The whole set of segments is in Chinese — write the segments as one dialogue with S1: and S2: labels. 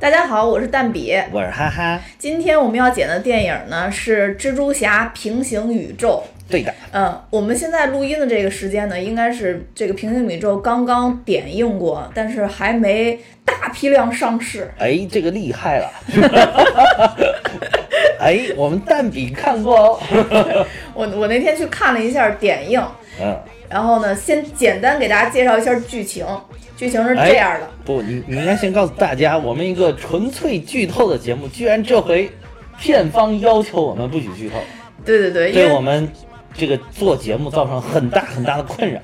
S1: 大家好，我是蛋比。
S2: 我是哈哈，
S1: 今天我们要讲的电影呢是《蜘蛛侠：平行宇宙》。
S2: 对的，
S1: 嗯，我们现在录音的这个时间呢，应该是这个平行宇宙刚刚点映过，但是还没大批量上市。
S2: 哎，这个厉害 了，哎，我们蛋比看过哦，
S1: 我我那天去看了一下点映，
S2: 嗯，
S1: 然后呢，先简单给大家介绍一下剧情。剧情是这样的，
S2: 不，你你应该先告诉大家，我们一个纯粹剧透的节目，居然这回片方要求我们不许剧透，
S1: 对对对，因
S2: 对
S1: 为
S2: 我们这个做节目造成很大很大的困扰，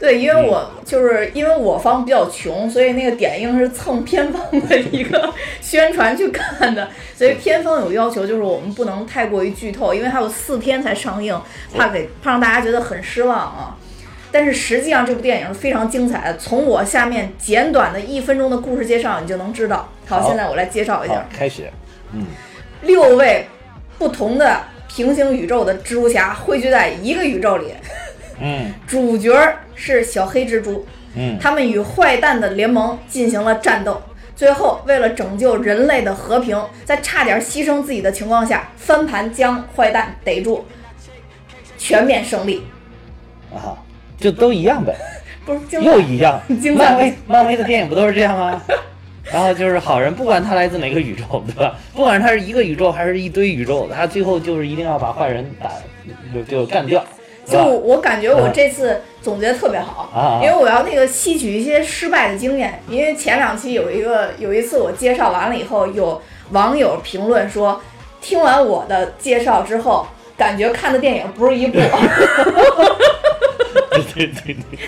S1: 对，因为我就是因为我方比较穷，所以那个点映是蹭片方的一个宣传去看的，所以片方有要求，就是我们不能太过于剧透，因为还有四天才上映，怕给怕让大家觉得很失望啊。但是实际上这部电影是非常精彩的，从我下面简短的一分钟的故事介绍你就能知道。好，
S2: 好
S1: 现在我来介绍一
S2: 好
S1: 下，
S2: 开始，嗯，
S1: 六位不同的平行宇宙的蜘蛛侠汇聚在一个宇宙里，
S2: 嗯
S1: 主角是小黑蜘蛛，
S2: 嗯，
S1: 他们与坏蛋的联盟进行了战斗，最后为了拯救人类的和平，在差点牺牲自己的情况下，翻盘将坏蛋逮住，全面胜利。
S2: 啊，就都一样呗。
S1: 不是精
S2: 又一样，
S1: 精彩
S2: 漫威漫威的电影不都是这样吗？ 然后就是好人，不管他来自哪个宇宙，对吧？不管他是一个宇宙还是一堆宇宙，他最后就是一定要把坏人打就就干掉，是
S1: 就
S2: 吧？
S1: 我感觉我这次总结的特别好
S2: 嗯啊，
S1: 因为我要那个吸取一些失败的经验。因为前两期有一个有一次我介绍完了以后，有网友评论说，听完我的介绍之后，感觉看的电影不是一部。
S2: 对对对对，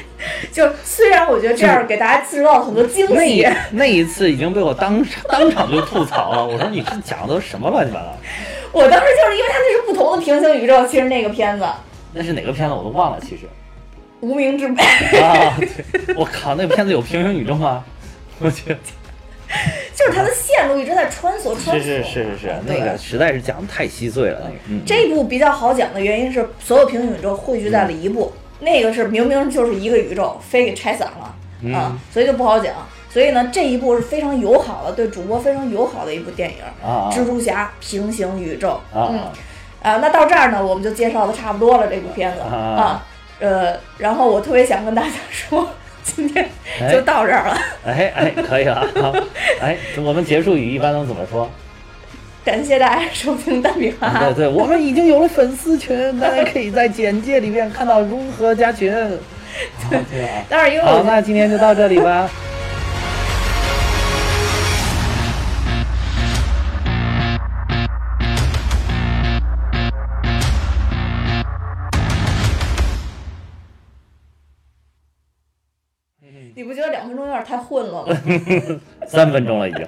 S1: 就虽然我觉得这样给大家制造了很多惊
S2: 那
S1: 喜
S2: 一，那一次已经被我当场当场就吐槽了， 我说你这讲的都什么乱七八糟？
S1: 我当时就是因为它那是不同的平行宇宙，其实那个片子。
S2: 那是哪个片子我都忘了，其实
S1: 无名之辈，
S2: 啊，对我靠，那片子有平行宇宙吗？我去，
S1: 就是它的线路一直在穿梭穿
S2: 是
S1: 梭。
S2: 是是是是，
S1: 对
S2: 那个实在是讲的太稀碎了，那个，嗯，
S1: 这部比较好讲的原因是，所有平行宇宙汇聚在了一部，
S2: 嗯
S1: 那个是明明就是一个宇宙，非给拆散了、
S2: 嗯
S1: 啊，所以就不好讲。所以呢，这一部是非常友好的，对主播非常友好的一部电影，
S2: 啊啊
S1: 蜘蛛侠平行宇宙》
S2: 啊
S1: 嗯，啊，那到这儿呢，我们就介绍的差不多了这部片子
S2: 啊
S1: 呃，然后我特别想跟大家说， 今天就到这儿了，
S2: 哎哎，可以了啊！哎，我们结束语一般都怎么 说？
S1: 感谢大家收听蛋饼哈哈
S2: 对。对，我们已经有了粉丝群，大家可以在简介里面看到如何加群。好 对啊，
S1: 但是因为我
S2: 好，
S1: 觉得
S2: 那今天就到这 里吧。
S1: 你不觉得两分钟有点太混了吗？
S2: 三分钟了已经，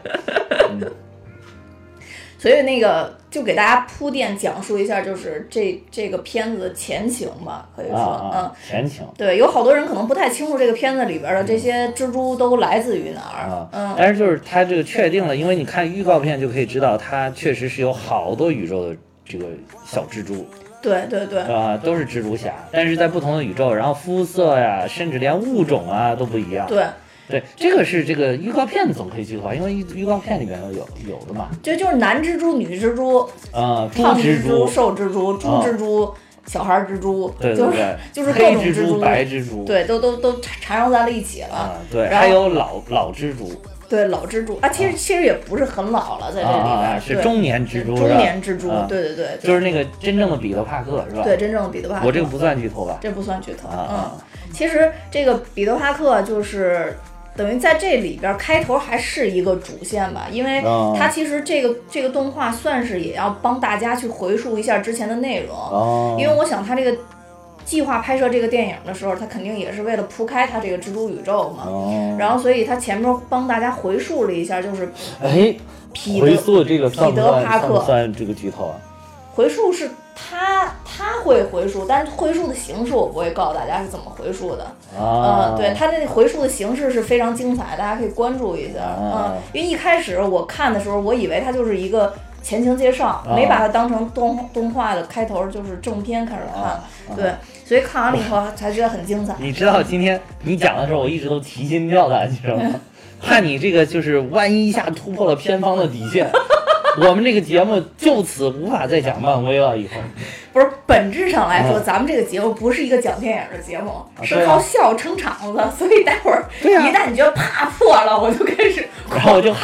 S1: 所以那个就给大家铺垫讲述一下，就是这这个片子的前情吧，可以说，
S2: 啊啊
S1: 嗯，，
S2: 前情
S1: 对，有好多人可能不太清楚这个片子里边的这些蜘蛛都来自于哪儿，
S2: 嗯啊，
S1: 嗯，
S2: 但是就是它这个确定了，因为你看预告片就可以知道，它确实是有好多宇宙的这个小蜘蛛。
S1: 对对对，
S2: 啊、都是蜘蛛侠，但是在不同的宇宙，然后肤色呀，甚至连物种啊都不一样。
S1: 对，
S2: 对，这个是这个预告片总可以剧透，因为预预告片里面有有的嘛，
S1: 就就是男蜘蛛、女蜘蛛、
S2: 啊、猪
S1: 胖
S2: 蜘
S1: 蜘
S2: 蛛，啊
S1: 瘦蜘蛛、猪蜘蛛、小孩蜘蛛，
S2: 对对
S1: 就
S2: 对
S1: 是，就是各
S2: 黑
S1: 种
S2: 蜘
S1: 蜘蛛，
S2: 白蜘蛛，
S1: 对，都都都缠绕在了一起了，
S2: 啊、对，
S1: 然后
S2: 还有老老蜘蛛
S1: 对老蜘蛛啊，其实其实也不是很老了，在这
S2: 啊
S1: 里边，
S2: 啊啊，是
S1: 对
S2: 中年蜘蛛，
S1: 中年
S2: 是
S1: 蜘
S2: 吧
S1: 蛛，
S2: 啊
S1: 对对对，
S2: 就是那个真正的彼得帕克是吧？
S1: 对，真正的彼得帕克。
S2: 我这个不算剧透吧？
S1: 这不算剧透。
S2: 啊
S1: 嗯，其实这个彼得帕克就是等于在这里边儿开头还是一个主线吧，因为
S2: 哦
S1: 它其实这个这个动画算是也要帮大家去回溯一下之前的内容，
S2: 哦
S1: 因为我想他这个。计划拍摄这个电影的时候，他肯定也是为了铺开他这个蜘蛛宇宙嘛，
S2: 哦，
S1: 然后所以他前面帮大家回溯了一下，就是
S2: 哎，
S1: 彼
S2: 回
S1: 得
S2: 溯这个算
S1: 彼
S2: 不
S1: 得
S2: 算
S1: 帕
S2: 算不
S1: 克
S2: 算这个剧透啊？
S1: 回溯是他他会回溯，但是回溯的形式我不会告诉大家是怎么回溯的，
S2: 啊，
S1: 嗯，对，，它那回溯的形式是非常精彩，大家可以关注一下。
S2: 啊
S1: 嗯，因为一开始我看的时候，我以为它就是一个
S2: 哦
S1: 前情介绍，没把它当成动动画的开头，就是正片开始看。
S2: 啊
S1: 对，所以看完了以后才觉得很精彩。
S2: 你知道今天你讲的时候，我一直都提心吊胆，你知道 吗？怕你这个就是万一一下突破了片方的底 线，我们这个节目就此无法再讲漫威了。以后
S1: 不是本质上来说，
S2: 嗯
S1: 咱们这个节目不是一个讲电影的节目，
S2: 对
S1: 是
S2: 啊
S1: 靠笑撑场子。所以待会儿
S2: 对啊
S1: 一旦你觉得啪破了，我就开始，
S2: 然后我就哈，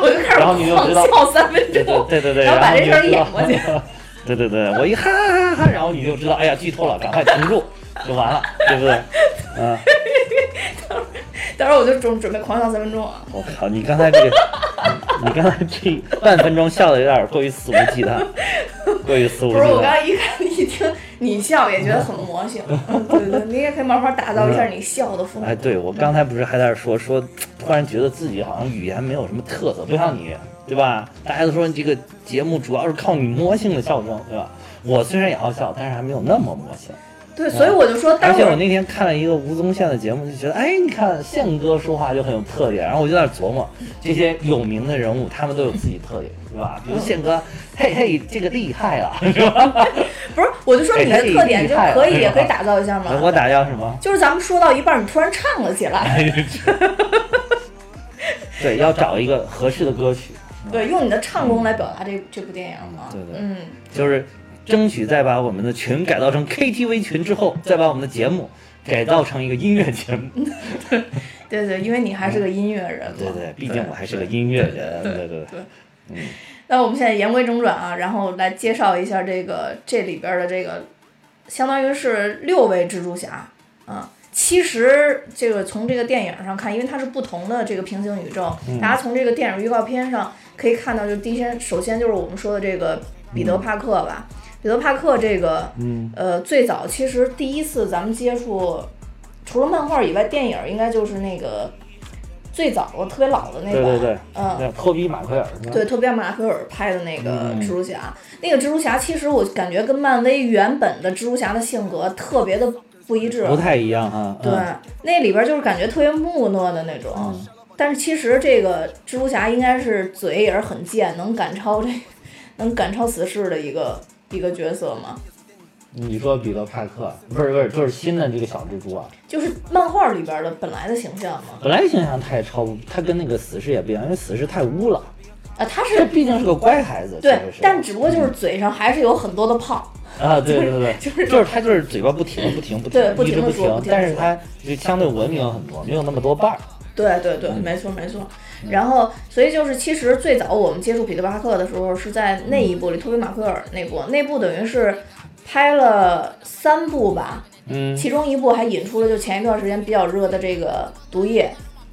S1: 我就开始
S2: 啊然后你就
S1: 狂
S2: 知道
S1: 笑三分
S2: 对对
S1: 钟，
S2: 对对对，
S1: 然后把这事儿
S2: 你就
S1: 演
S2: 知道
S1: 过 去。
S2: 对对对，我一哈哈哈，然后你就知道，哎呀，剧透了，赶快停住，就完了，对不对？嗯，
S1: 到时候我就准准备狂笑三分钟啊！
S2: 我靠，你刚才这个，你刚才这半分钟笑的有点过于肆无忌惮，过于肆无
S1: 不
S2: 忌
S1: 是，我刚
S2: 惮。
S1: 才一看一听你笑，也觉得很魔 性。嗯对对，对，你也可以慢慢打造一下你笑的风格
S2: 哎，。对，我刚才不是还在那儿说说，突然觉得自己好像语言没有什么特色，不像你，对吧？大家都说你这个节目主要是靠你魔性的笑声，对吧？我虽然也好笑，但是还没有那么魔性。
S1: 对，所以我就说，待
S2: 而
S1: 会
S2: 且我
S1: 儿
S2: 那天看了一个吴宗宪的节目，就觉得，哎，你看宪哥说话就很有特点，然后我就在那儿琢磨，这些有名的人物他们都有自己特点，是吧？比如宪哥，嘿嘿，这个厉害了，是吧？
S1: 不是，我就说你的特点就可以，
S2: 哎
S1: 也可以打造一下嘛。
S2: 我打叫什么？
S1: 就是咱们说到一半，你突然唱了起来，
S2: 对，要找一个合适的歌曲，
S1: 对，用你的唱功来表达这这部电影嘛。
S2: 对对
S1: 嗯，
S2: 就是争取再把我们的群改造成 KTV 群之后，再把我们的节目改造成一个音乐节目。
S1: 对对，因为你还是个音乐人嘛。
S2: 对对，毕竟我还是个音乐人，对对对，
S1: 那我们现在言归正传啊，然后来介绍一下这个这里边的这个，相当于是六位蜘蛛侠啊。其实这个从这个电影上看，因为它是不同的这个平行宇宙，
S2: 嗯
S1: 大家从这个电影预告片上可以看到，就第一先首先就是我们说的这个彼得·帕克吧。彼得·帕克这个，
S2: 嗯
S1: 呃，最早其实第一次咱们接触，除了漫画以外，电影应该就是那个最早的特别老的那
S2: 对
S1: 版，
S2: 对对，
S1: 嗯，
S2: 那托比马奎尔是吧
S1: 对，托比亚马奎尔拍的那个
S2: 嗯
S1: 蜘蛛侠，那个蜘蛛侠其实我感觉跟漫威原本的蜘蛛侠的性格特别的不一致。
S2: 不太一样哈。
S1: 啊对，
S2: 嗯
S1: 那里边就是感觉特别木讷的那种。
S2: 嗯
S1: 但是其实这个蜘蛛侠应该是嘴也是很贱，能赶超这， 能赶超死侍的一个一个角色嘛。
S2: 你说彼得派克不是不是，就是新的这个小蜘蛛啊，
S1: 就是漫画里边的本来的形象嘛。
S2: 本来形象他也超不，他跟那个死侍也不一样，因为死侍太污了，
S1: 啊，他
S2: 这
S1: 是
S2: 毕竟是个乖孩子，
S1: 对
S2: 确实，是
S1: 但只不过就是嘴上还是有很多的泡。
S2: 啊，对对对，
S1: 就是
S2: 就是他就是嘴巴不停不停不
S1: 对
S2: 停，一直
S1: 不停地说不
S2: 停
S1: 停，地
S2: 但是
S1: 说
S2: 他就相对文明很多，没有那么多伴儿。
S1: 对对
S2: 嗯
S1: 对，没错没错。然后，所以就是，其实最早我们接触彼得·帕克的时候是在那一部里，托比·马奎尔那部，那部等于是拍了三部吧，
S2: 嗯
S1: 其中一部还引出了就前一段时间比较热的这个《毒液》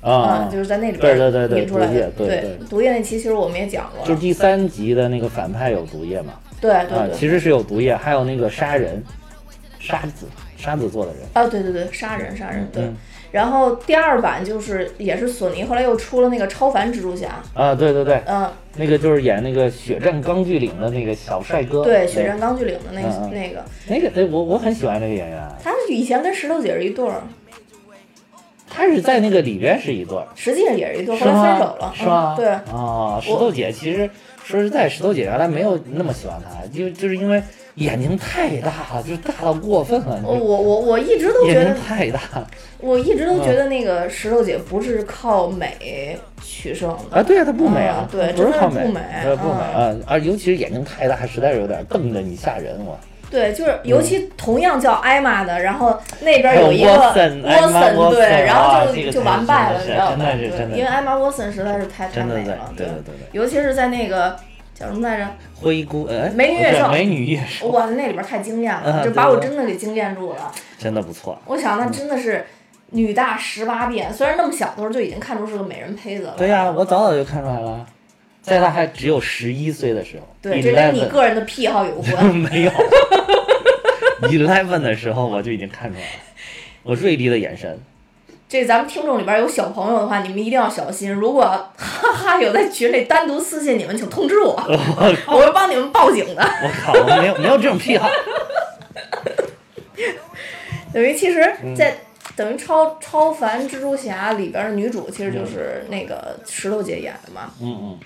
S2: 啊，
S1: 就是在那里边
S2: 对对对对
S1: 引出来
S2: 毒液
S1: 的。
S2: 对
S1: 对
S2: 对
S1: 毒液》那期其实我们也讲过
S2: 就是
S1: 了，
S2: 第三集的那个反派有毒液嘛，
S1: 对
S2: 啊
S1: 对，对，
S2: 其实是有毒液，还有那个杀人，沙子沙子做的人，
S1: 啊对对对，杀人杀人，对
S2: 嗯。
S1: 然后第二版就是也是索尼后来又出了那个超凡蜘蛛侠，
S2: 啊，对对对，
S1: 嗯，
S2: 那个就是演那个《血战钢锯岭》的那个小帅哥，
S1: 对，血战钢锯岭的那
S2: 嗯嗯
S1: 那个，
S2: 那个，哎，我我很喜欢这个演员，啊
S1: 他以前跟石头姐是一对儿。
S2: 他是在那个里边是一对儿，
S1: 实际上也是一对，
S2: 是
S1: 后来分
S2: 吗？
S1: 手了，
S2: 是吗？
S1: 嗯、对，
S2: 啊，石头姐其实说实在，石头姐原来没有那么喜欢他，就就是因为眼睛太大了，就是大到过分了，
S1: 我哦我我我一直都觉
S2: 眼睛
S1: 得，
S2: 太大了
S1: 我一直都
S2: 嗯
S1: 觉得那个石头姐不是靠美取胜的，
S2: 啊！对啊，她不美啊
S1: 嗯，对
S2: 她不是靠美，
S1: 真的是不美嗯
S2: 她不美啊，而尤其是眼睛太大，实在是有点瞪着你吓人，我。
S1: 对，就是尤其同样叫艾玛的，然后那边一个
S2: 嗯还有 Watson，艾玛 Watson，
S1: 对，然后
S2: 啊这
S1: 就
S2: 个
S1: 就完败了，你知
S2: 真的是
S1: 道吗？
S2: 真的是
S1: 对
S2: 真的是
S1: 因为艾玛沃森实在是太太
S2: 真的
S1: 美
S2: 是
S1: 了，
S2: 对对对对
S1: 尤其是在那个叫什么来着，
S2: 灰姑哎，
S1: 美女野哦
S2: 不是
S1: 兽
S2: 美女野兽
S1: 哇，那里边太惊艳
S2: 啊
S1: 了，就
S2: 对
S1: 把我
S2: 对
S1: 真的给惊艳住了。
S2: 真的不错，
S1: 我想那真的是女大十八变，虽然那么小的时候就已经看出是个美人胚子了。
S2: 对呀、我早早就看出来了，在他还只有十一岁的时候，
S1: 对，这跟你个人的癖好有关。
S2: 没有 eleven 的时候我就已经看出来了，我锐利的眼神，
S1: 这咱们听众里边有小朋友的话，你们一定要小心。如果哈哈有在群里单独私信你们，请通知我，
S2: 呃
S1: 我会帮你们报警的。
S2: 我靠，我没有没有这种癖 好，
S1: 等于其实
S2: 嗯
S1: 在，等于超超凡蜘蛛侠里边的女主其实就是那个石头姐演的嘛，
S2: 嗯嗯，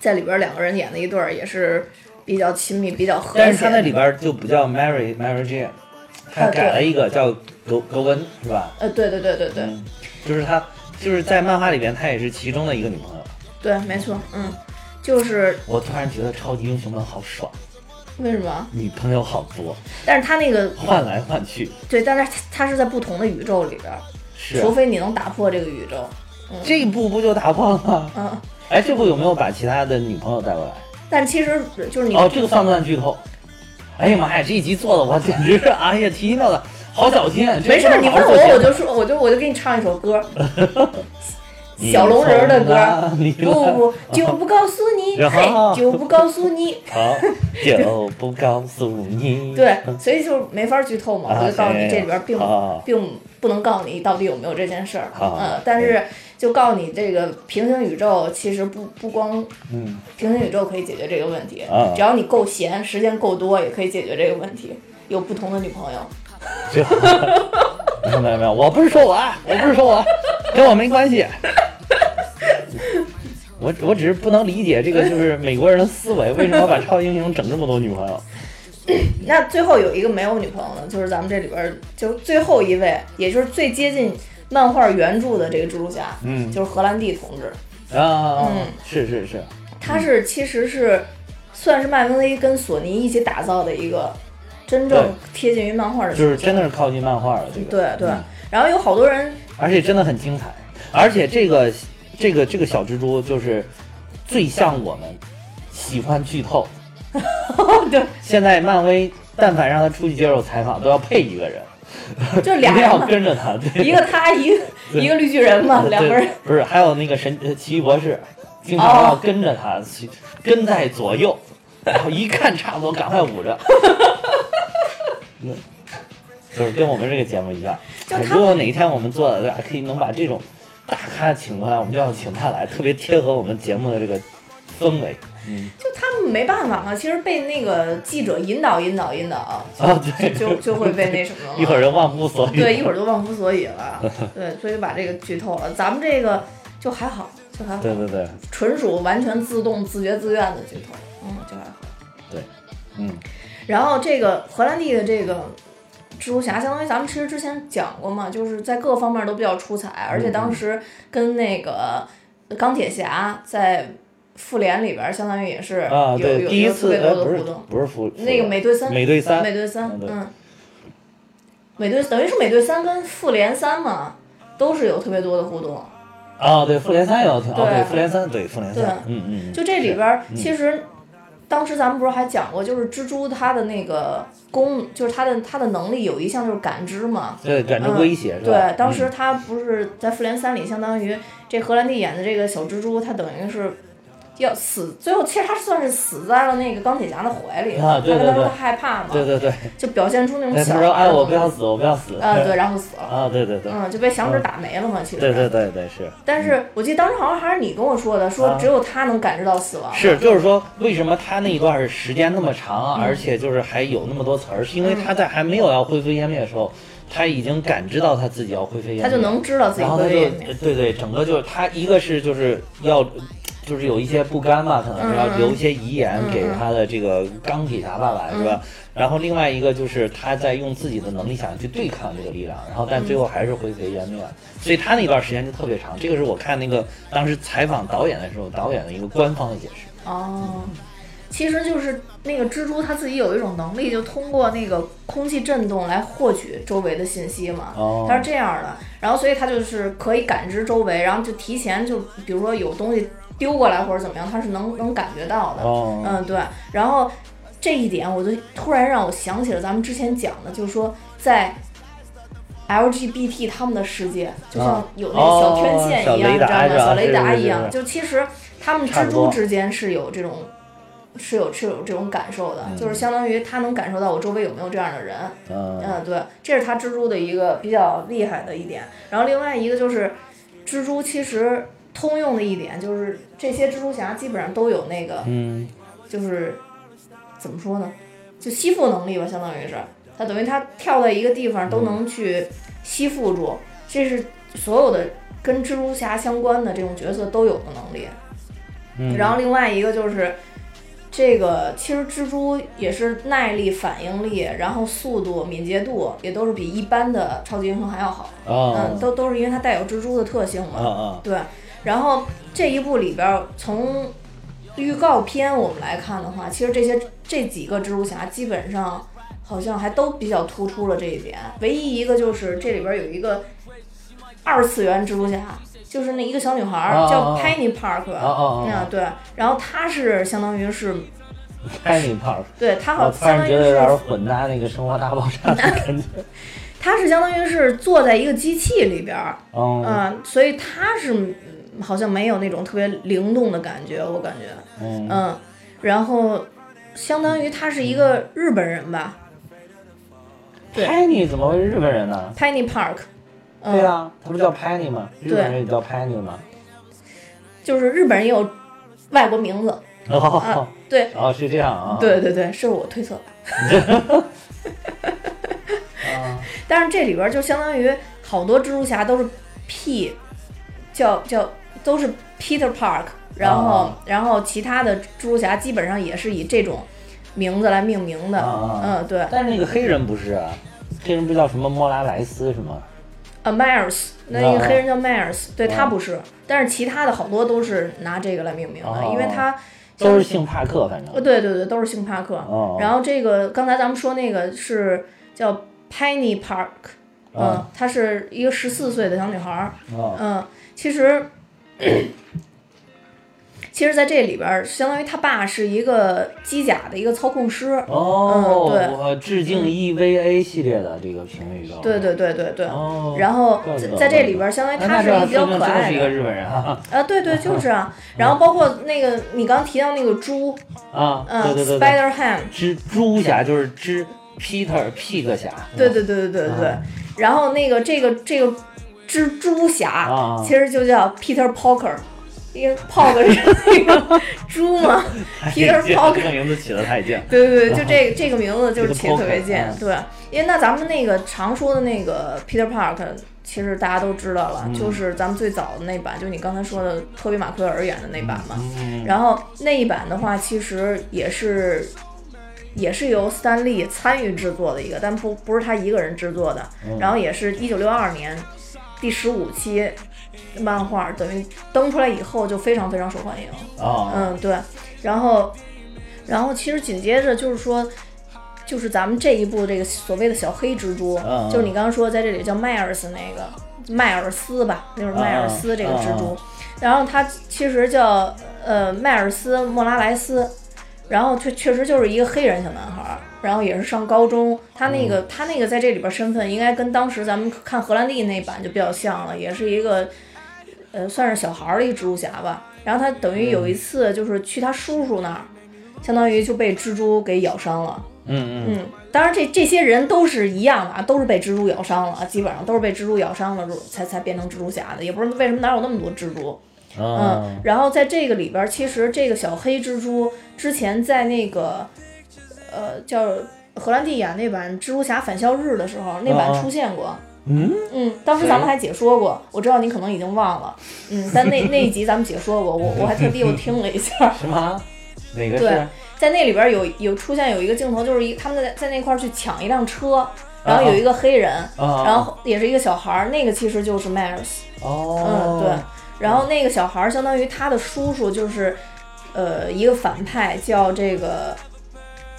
S1: 在里边两个人演的一对儿也是比较亲密、比较和谐的。
S2: 但是他那里边就不叫 Mary Mary Jane，他
S1: 啊对
S2: 改了一个叫狗狗根是吧？
S1: 呃，对对对对对、
S2: 嗯，就是他就是在漫画里边，他也是其中的一个女朋友。
S1: 对，没错，嗯，就是
S2: 我突然觉得超级英雄们好爽，
S1: 为什么？
S2: 女朋友好多，
S1: 但是他那个
S2: 换来换去
S1: 对，但是他他是在不同的宇宙里边儿，
S2: 是啊
S1: 除。非你能打破这个宇宙，
S2: 这一步不就打破了吗？
S1: 嗯。
S2: 哎，这部有没有把其他的女朋友带过来？
S1: 但其实就是你、
S2: 哦，这个算不算剧透？哎呀妈呀，这一集做的我简直是，哎呀，提心吊胆，好小心。
S1: 没事儿，你
S2: 这
S1: 问
S2: 不能好
S1: 我，
S2: 好做
S1: 我就说，我就我就给你唱一首歌，
S2: 节目
S1: 小龙人儿的歌儿。
S2: 你
S1: 不
S2: 说啊
S1: 不 不，就不告诉你，
S2: 然后
S1: 嘿，就不告诉你。
S2: 好，就不告诉你。
S1: 对，所以就没法剧透嘛，
S2: 啊
S1: 我就告诉你
S2: 行
S1: 这里边并
S2: 好好好
S1: 并不能告诉你到底有没有这件事儿，
S2: 好好
S1: 嗯，但是就告诉你这个平行宇宙其实不不光
S2: 嗯，
S1: 平行宇宙可以解决这个问题
S2: 啊，
S1: 只要你够闲，时间够多，也可以解决这个问题。有不同的女朋友，
S2: 这没有没有没有，我不是说我啊，我不是说我啊，跟我没关系。我我只是不能理解这个就是美国人的思维，为什么把超级英雄整这么多女朋友？
S1: 那最后有一个没有女朋友的，就是咱们这里边儿就是最后一位，也就是最接近漫画原著的这个蜘蛛侠，
S2: 嗯
S1: 就是荷兰弟同志。
S2: 啊，
S1: 嗯
S2: 是是是，
S1: 他是其实是算是漫威跟索尼一起打造的一个真正
S2: 对
S1: 贴近于漫画的，
S2: 就是真的是靠近漫画了这个。
S1: 对对
S2: 嗯。
S1: 然后有好多人
S2: 而且真的很精彩，而且这个这个这个小蜘蛛就是最像我们喜欢剧透。
S1: 对，
S2: 现在漫威但凡让他出去接受采访，都要配一个人，
S1: 就
S2: 一
S1: 俩
S2: 定
S1: 人
S2: 要
S1: 嘛，
S2: 跟着他。对
S1: 一个他一个一个绿巨人嘛，
S2: 对
S1: 两个人。哦
S2: 不是还有那个神呃奇异博士，经常要跟着他，去跟在左右，然后一看差不多，赶快捂着。 嗯就是跟我们这个节目一样
S1: 就，他
S2: 如果哪一天我们做的对吧，可以能把这种大咖请过来，我们就要请他来，特别贴合我们节目的这个氛围。嗯
S1: 就他们没办法嘛，其实被那个记者引导引导引导，
S2: 啊，对，
S1: 就就会被那什么了
S2: 一会儿人忘乎所以。
S1: 对，一会儿就忘乎所以了。对，所以把这个剧透了。咱们这个就还好，就还好，
S2: 对对对
S1: 纯属完全自动、自觉、自愿的剧透，嗯，就还好。
S2: 对，嗯，
S1: 然后这个荷兰弟的这个蜘蛛侠，相当于咱们其实之前讲过嘛，就是在各方面都比较出彩，而且当时跟那个钢铁侠在复联里边儿，相当于也是有、
S2: 啊，
S1: 有
S2: 对，
S1: 有
S2: 第一次
S1: 特别
S2: 呃
S1: 多
S2: 不
S1: 的
S2: 是
S1: 互动。
S2: 不是福
S1: 那个美队三，
S2: 美队三
S1: 美队三
S2: 嗯，对
S1: 嗯，美队等于是美队三跟复联三嘛，都是有特别多的互动。
S2: 啊，对，复联三也要听。哦，
S1: 对
S2: 对，复联三，对，复联
S1: 对
S2: 三，嗯嗯，嗯
S1: 就这里边儿，其实当时咱们不是还讲过，就是蜘蛛它的那个功，就是它的它的能力有一项就是感知嘛。
S2: 对，感知
S1: 嗯
S2: 威胁是吧？
S1: 对，当
S2: 嗯
S1: 时他不是在《复联三》里，相当于这荷兰弟演的这个小蜘蛛，他等于是要死，最后其实他算是死在了那个钢铁侠的怀里，
S2: 啊对对
S1: 他跟他说
S2: 对
S1: 他害怕嘛，
S2: 对对对，
S1: 就表现出那种
S2: 对
S1: 小
S2: 他
S1: 孩
S2: 说
S1: 儿
S2: 哎，
S1: 的
S2: 我
S1: 那
S2: 不要
S1: 种
S2: 死，我不要死。
S1: 啊，对，然后死了。
S2: 啊，对对对，
S1: 嗯，就被响指打没了嘛，其实。
S2: 对对对对是
S1: 但是我记得当时好像还是你跟我说的，说
S2: 啊
S1: 只有他能感知到死亡。
S2: 是，就是说为什么他那一段时间那么长，
S1: 嗯
S2: 而且就是还有那么多词儿，是因为他在还没有要灰飞烟灭的时候，他已经感知到他自己要灰飞烟灭，
S1: 他就能知道自己
S2: 然后他
S1: 会
S2: 就
S1: 被灭
S2: 对对，整个就是他一个是就是要。就是有一些不甘吧，可
S1: 嗯
S2: 能是要留一些遗言给他的这个钢铁侠爸爸，是吧？
S1: 嗯
S2: 然后另外一个就是他在用自己的能力想去对抗这个力量，然后
S1: 嗯
S2: 但最后还是灰飞烟灭了。所以他那段时间就特别长。这个是我看那个当时采访导演的时候，导演的一个官方的解释。
S1: 哦，其实就是那个蜘蛛它自己有一种能力，就通过那个空气震动来获取周围的信息嘛。
S2: 哦
S1: 它是这样的，然后所以它就是可以感知周围，然后就提前就比如说有东西丢过来或者怎么样，它是能能感觉到的。
S2: 哦
S1: 嗯，对。然后这一点，我就突然让我想起了咱们之前讲的，就是说在。LGBT 他们的世界就像
S2: 啊
S1: 有那个小天
S2: 哦
S1: 线
S2: 小
S1: 一样，
S2: 雷
S1: 你知道
S2: 达
S1: 吗？
S2: 是吧
S1: 小雷达
S2: 是是
S1: 一样，
S2: 是
S1: 就其实他们
S2: 差
S1: 蜘
S2: 不
S1: 蛛
S2: 多
S1: 之间是有这种，是有是有这种感受的，就是相当于他能感受到我周围有没有这样的人。
S2: 嗯
S1: 嗯，对，这是他蜘蛛的一个比较厉害的一点。然后另外一个就是，蜘蛛其实通用的一点就是，这些蜘蛛侠基本上都有那个，
S2: 嗯，
S1: 就是怎么说呢，就吸附能力吧，相当于是，他等于他跳在一个地方都能去吸附住，这是所有的跟蜘蛛侠相关的这种角色都有的能力。
S2: 嗯
S1: 然后另外一个就是，这个其实蜘蛛也是耐力、反应力，然后速度、敏捷度也都是比一般的超级英雄还要好。
S2: 啊
S1: 嗯，都都是因为它带有蜘蛛的特性
S2: 啊
S1: 嘛。
S2: 啊
S1: 对，然后这一部里边儿从预告片我们来看的话，其实这些这几个蜘蛛侠基本上好像还都比较突出了这一点，唯一一个就是这里边儿有一个二次元蜘蛛侠。就是那一个小女孩
S2: 啊
S1: 儿
S2: 啊
S1: 叫
S2: 啊
S1: Penny Park，
S2: 啊啊啊
S1: 嗯，对，然后她是相当于是，
S2: ！Penny Park，
S1: 对她
S2: 我
S1: 好
S2: 突
S1: 哦相
S2: 然
S1: 当于
S2: 觉得
S1: 是
S2: 有点混搭那个《生活大爆炸》的感觉。
S1: 她是相当于是坐在一个机器里边儿，
S2: 嗯
S1: 嗯，所以她是嗯好像没有那种特别灵动的感觉，我感觉，
S2: 嗯，
S1: 嗯，然后相当于他是一
S2: 嗯
S1: 个日本人吧对
S2: Penny 怎么会是日本人呢？
S1: ，Penny Park，嗯，
S2: 对呀、他不叫 Penny 吗？日
S1: 对
S2: 本人也叫 Penny 吗？
S1: 就是日本人也有外国名字，
S2: 哦，
S1: 啊对，
S2: 哦，是这样啊。
S1: 对对对，是我推测的。
S2: 啊，
S1: 但是这里边就相当于好多蜘蛛侠都是 P，叫叫都是 Peter Park，然后、
S2: 啊
S1: 然后其他的蜘蛛侠基本上也是以这种名字来命名的，
S2: 啊
S1: 嗯，对，
S2: 但是那个黑人不是啊，黑人不叫什么莫拉莱斯是吗？
S1: 啊，Myers，那个
S2: 啊
S1: 黑人叫 Myers，对
S2: 啊
S1: 他不是，但是其他的好多都是拿这个来命名的，因为
S2: 哦
S1: 他
S2: 都是姓帕克，反正
S1: 呃，。对对对，都是星巴克。
S2: 哦
S1: 然后这个刚才咱们说那个是叫 Penny Park，嗯、
S2: 啊
S1: 她是一个十四岁的小女孩儿，
S2: 哦
S1: 嗯、其实。其实，在这里边儿，相当于他爸是一个机甲的一个操控师，
S2: 哦，
S1: 嗯对
S2: 我致敬 EVA 系列的这个评论预告。
S1: 对对对对对。
S2: 哦，
S1: 然后
S2: 怪不
S1: 在
S2: 得
S1: 在这里边儿，相当于
S2: 那
S1: 他
S2: 那
S1: 是
S2: 这
S1: 一个
S2: 样
S1: 比较
S2: 说明
S1: 可
S2: 真的
S1: 爱
S2: 是一个
S1: 的，
S2: 日本人啊
S1: 啊，对对，就是 啊。然后包括那个你刚提到那个猪，
S2: 啊！
S1: 嗯
S2: 对对对对，
S1: ，Spider Ham，
S2: 蜘蛛侠就是蜘 Peter Pig 侠。
S1: 对对对对对对对
S2: 啊。
S1: 然后那个这个这个蜘蛛侠，
S2: 啊
S1: 其实就叫 Peter Parker，因为 Parker 是那 个猪嘛。Peter
S2: 太贱
S1: Parker
S2: 这个名字起的太贱。
S1: 对对对，就这个这个名字就是
S2: 啊 Peter
S1: 起的特别
S2: Parker，
S1: 贱
S2: 嗯。
S1: 对，因为那咱们那个常说的那个 Peter Parker。其实大家都知道
S2: 嗯
S1: 了，就是咱们最早的那版，就你刚才说的托比马奎尔演的那版嘛。
S2: 嗯，
S1: 然后那一版的话，其实也是也是由斯坦利参与制作的一个，但不不是他一个人制作的。
S2: 嗯
S1: 然后也是一九六二年第十五期漫画，等于登出来以后就非常非常受欢迎。
S2: 哦，
S1: 嗯，对。然后，然后其实紧接着就是说。就是咱们这一部这个所谓的小黑蜘蛛，
S2: 嗯嗯
S1: 就是你刚刚说在这里叫迈尔斯那个迈尔斯吧，就是迈尔斯这个蜘蛛，
S2: 嗯
S1: 然后它其实叫呃迈尔斯莫拉莱斯，然后确确实就是一个黑人小男孩儿，然后也是上高中，他那个、他那个在这里边身份应该跟当时咱们看荷兰弟那版就比较像了，也是一个呃算是小孩儿的一个蜘蛛侠吧。然后他等于有一次就是去他叔叔那儿，相当于就被蜘蛛给咬伤了。
S2: 嗯嗯，
S1: 嗯，当然这这些人都是一样的啊，都是被蜘蛛咬伤了，基本上都是被蜘蛛咬伤了才才变成蜘蛛侠的，也不知道为什么哪有那么多蜘蛛。嗯
S2: 哦，，
S1: 然后在这个里边儿，其实这个小黑蜘蛛之前在那个，呃，叫荷兰弟演那版《蜘蛛侠返校日》的时候，那版
S2: 啊啊
S1: 出现过。
S2: 嗯，
S1: 嗯，当时咱们还解说过，我知道你可能已经忘了。嗯，但那那一集咱们解说过，我我还特地又听了一下儿，
S2: 什么？哪个
S1: 对
S2: 是？
S1: 在那里边儿有有出现有一个镜头，就是一他们在在那块儿去抢一辆车，然后有一个黑人，
S2: 啊，
S1: 然后也是一个小孩儿，那个其实就是迈尔斯。嗯，对
S2: 哦，。
S1: 然后那个小孩儿相当于他的叔叔就是，呃，一个反派叫这个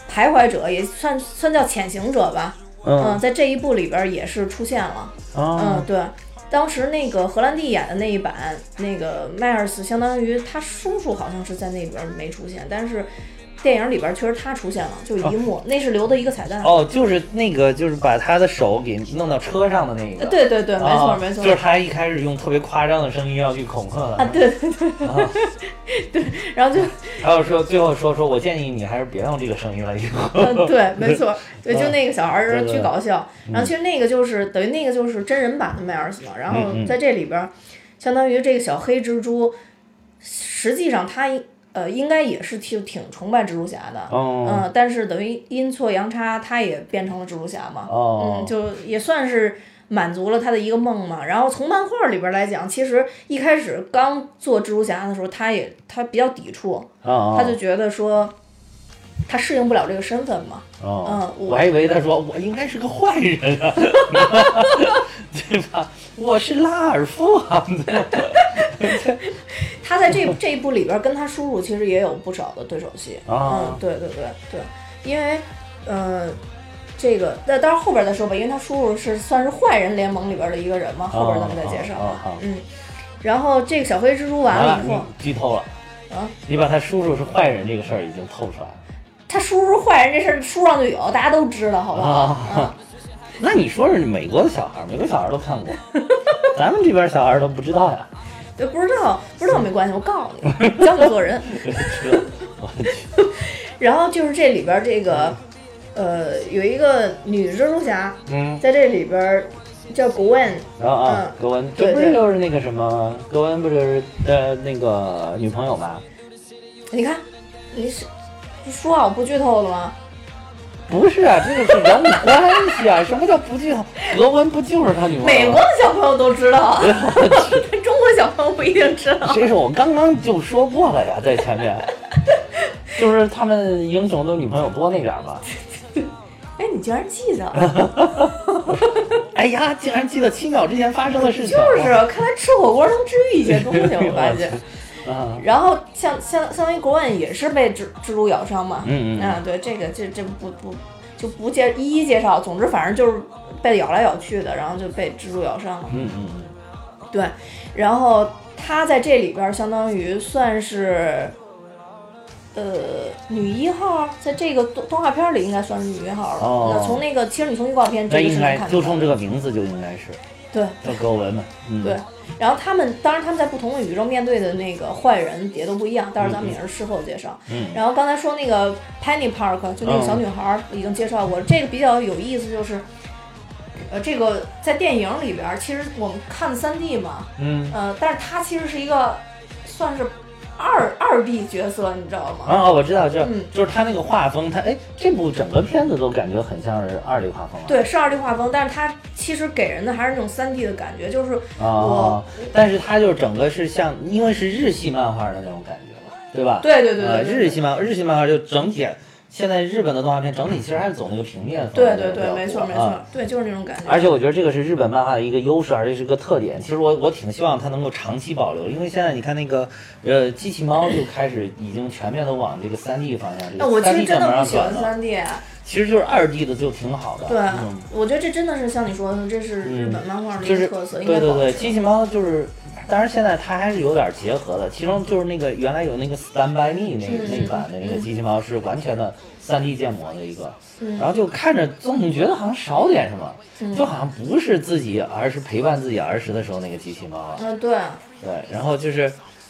S1: 徘徊者，也算算叫潜行者吧。
S2: 对，嗯
S1: 在这一部里边儿也是出现了。嗯
S2: 啊，，
S1: 对。当时那个荷兰弟演的那一版，那个迈尔斯相当于他叔叔好像是在那边儿没出现，但是电影里边儿确实他出现了，就一幕，那是留的一个彩蛋。
S2: 哦，就是那个，就是把他的手给弄到车上的那
S1: 呃
S2: 个。
S1: 对对对，没错、
S2: 啊
S1: 没错。
S2: 就是他一开始用特别夸张的声音要去恐吓
S1: 啊，
S2: 他，
S1: 对对对，对， 然后就
S2: 还有说最后说说，我建议你还是别用这个声音了，以后。
S1: 嗯，对，没 错，对，就那个小孩
S2: 对
S1: 儿
S2: 对嗯
S1: 巨搞笑。然后其实那个就是等于那个就是真人版的迈尔斯嘛。然后
S2: 嗯嗯
S1: 在这里边儿，相当于这个小黑蜘蛛，实际上他呃应该也是挺挺崇拜蜘蛛侠的，
S2: 哦
S1: 嗯，但是等于阴错阳差，他也变成了蜘蛛侠嘛，嗯，
S2: 哦，
S1: 就也算是。满足了他的一个梦嘛，然后从漫画里边儿来讲，其实一开始刚做蜘蛛侠的时候，他也他比较抵触，
S2: 哦，
S1: 他就觉得说，他适应不了这个身份嘛。
S2: 哦，
S1: 嗯我
S2: 我还以为他说我应该是个坏人啊， 对吧？我是拉尔夫啊，
S1: 他在 这这一部里边跟他叔叔其实也有不少的对手戏。
S2: 啊
S1: 嗯，对对对对，因为呃，这个那当然后边再说吧，因为他叔叔是算是坏人联盟里边的一个人嘛，后边咱们再介绍。
S2: 啊啊啊啊嗯
S1: 嗯，然后这个小黑蜘蛛完
S2: 完
S1: 了
S2: 了
S1: 以后，
S2: 你剧透了，
S1: 啊，
S2: 你把他叔叔是坏人这个事儿已经透出来了。
S1: 他叔叔坏人这事儿书上就有，大家都知道，好不好？
S2: 啊， 那你说是美国的小孩儿，美国小孩儿都 看过，咱们这边小孩儿都不知道呀。
S1: 对，不知道不知道没关系，我告诉你，教你做人。
S2: 我去，
S1: 然后就是这里边这个，呃，有一个女蜘蛛侠
S2: 嗯，
S1: 在这里边叫 Gwen，
S2: 然后啊
S1: 嗯，
S2: 格温，
S1: 对
S2: 这不
S1: 对
S2: 是就是那个什么，格温不是呃那个女朋友吗？
S1: 你看，你是说好不剧透了
S2: 啊
S1: 吗？
S2: 不是啊，这个是人物关系啊，什么叫不剧透？格温不就是他女朋
S1: 美
S2: 友
S1: 国
S2: 吗？
S1: 的小朋友都知道， 但中国小朋友不一定知道。
S2: 这是我刚刚就说过了呀，在前面，就是他们英雄的女朋友多那点儿嘛。
S1: 哎，你居然记得，
S2: 哎呀，竟然记得七秒之前发生的事情，
S1: 就是啊看来吃火锅能治愈一些东西，我发现。
S2: 啊，
S1: 然后像相相当于国万也是被蜘蜘蛛咬伤嘛，
S2: 嗯嗯嗯
S1: 啊，对，这个这这不不就不介一一介绍，总之反正就是被咬来咬去的，然后就被蜘蛛咬伤了，
S2: 嗯嗯嗯。
S1: 对，然后他在这里边儿相当于算是。呃，女一号在这个动动画片里应该算是女一号了。
S2: 哦
S1: 那从那个，其实你从预告片
S2: 那
S1: 这个是
S2: 应
S1: 能
S2: 该
S1: 看出
S2: 就
S1: 来
S2: 冲
S1: 的。
S2: 这个名字就应该是
S1: 对，
S2: 叫格文嘛。嗯，
S1: 对，然后他们当然他们在不同的宇宙面对的那个坏人也都不一样，到时候咱们也是事后介绍。
S2: 嗯
S1: 然后刚才说那个 Penny Park 就那个小女孩儿已经介绍过，这个比较有意思就是，呃，这个在电影里边儿其实我们看三 D 嘛，
S2: 嗯。
S1: 呃，但是她其实是一个算是二二 D 角色，你知道吗？
S2: 啊，我知道，就
S1: 嗯
S2: 就是他那个画风，他哎，这部整个片子都感觉很像是二 D 画风了。
S1: 对，是二 D 画风，但是她其实给人的还是那种三 D 的感觉，就是
S2: 啊，但是他就是整个是像，因为是日系漫画的那种感觉了，对吧？
S1: 对对对
S2: 啊
S1: 对，对
S2: 日系漫日系漫画就整体，现在日本的动画片整体其实还是走那个平面风
S1: 对
S2: 格
S1: 对对，没错没。
S2: 比较
S1: 错
S2: 多啊，
S1: 对，就是那种感觉。
S2: 而且我觉得这个是日本漫画的一个优势，而且是个特点。其实我我挺希望它能够长期保留，因为现在你看那个呃机器猫就开始已经全面的往这个三 D 方向，这
S1: 那我
S2: 个
S1: 其
S2: 三
S1: 实
S2: D
S1: 真
S2: 转
S1: 的
S2: 上
S1: 不喜欢
S2: 转了。嗯
S1: 三 D，啊
S2: 其实就是二 D 的就挺好的，
S1: 对
S2: 那种，
S1: 我觉得这真的是像你说的，这是日本漫画的
S2: 就
S1: 一
S2: 嗯是
S1: 个特色，应
S2: 对
S1: 该
S2: 对
S1: 保
S2: 对，
S1: 持。
S2: 机器猫就是，当然现在它还是有点结合的，其中就是那个原来有那个 Stand by Me 那
S1: 嗯
S2: 那版的那个机器猫是完全的三 D 建模的一个，
S1: 嗯
S2: 然后就看着总觉得好像少点什么，就好像不是自己，而是陪伴自己儿时的时候那个机器猫了，
S1: 嗯，对，
S2: 对，然后就是。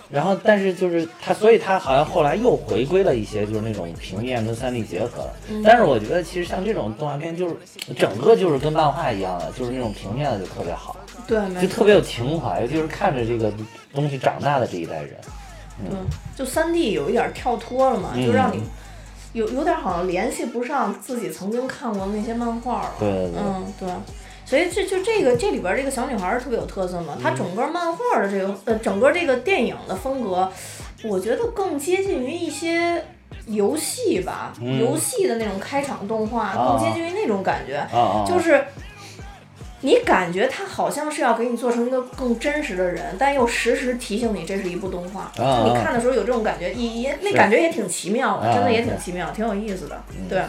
S2: 然后，但是就是它，所以它好像后来又回归了一些，就是那种平面跟三 D 结合了。
S1: 嗯
S2: 但是我觉得，其实像这种动画片，就是整个就是跟漫画一样的，就是那种平面的就特别好。
S1: 对，
S2: 就
S1: 没错，
S2: 特别有情怀，尤其是看着这个东西长大的这一代人。
S1: 对，就三 D 有一点跳脱了嘛，
S2: 嗯
S1: 就让你有有点好像联系不上自己曾经看过的那些漫画了。
S2: 对对对
S1: 嗯，对。所以这就这个这里边这个小女孩儿特别有特色嘛，
S2: 嗯
S1: 她整个漫画的这个呃整个这个电影的风格，我觉得更接近于一些游戏吧，
S2: 嗯
S1: 游戏的那种开场动画，
S2: 啊
S1: 更接近于那种感觉。
S2: 啊啊，
S1: 就是你感觉他好像是要给你做成一个更真实的人，但又时时提醒你这是一部动画，
S2: 啊
S1: 就你看的时候有这种感觉，也也那感觉也挺奇妙的，
S2: 啊
S1: 真的也挺奇妙，挺有意思的，
S2: 嗯
S1: 对。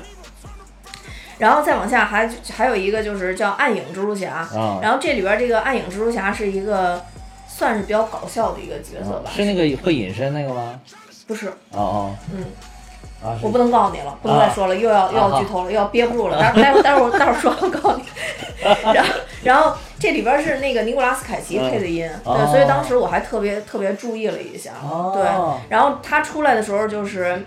S1: 然后再往下还还有一个就是叫《暗影蜘蛛侠》，
S2: 啊
S1: 然后这里边这个暗影蜘蛛侠是一个算是比较搞笑的一个角色吧，
S2: 是那个会隐身那个吗？
S1: 不是，
S2: 哦哦，
S1: 嗯，
S2: 啊，是
S1: 我不能告诉你了，不能
S2: 啊
S1: 再说了，又要又要剧透了，又要憋不住了。待会儿待会儿待会儿待会儿说，我告诉你。然后然后这里边是那个尼古拉斯凯奇配的音，
S2: 嗯
S1: 对，
S2: 哦
S1: 所以当时我还特别特别注意了一下，
S2: 哦
S1: 对。然后他出来的时候就是，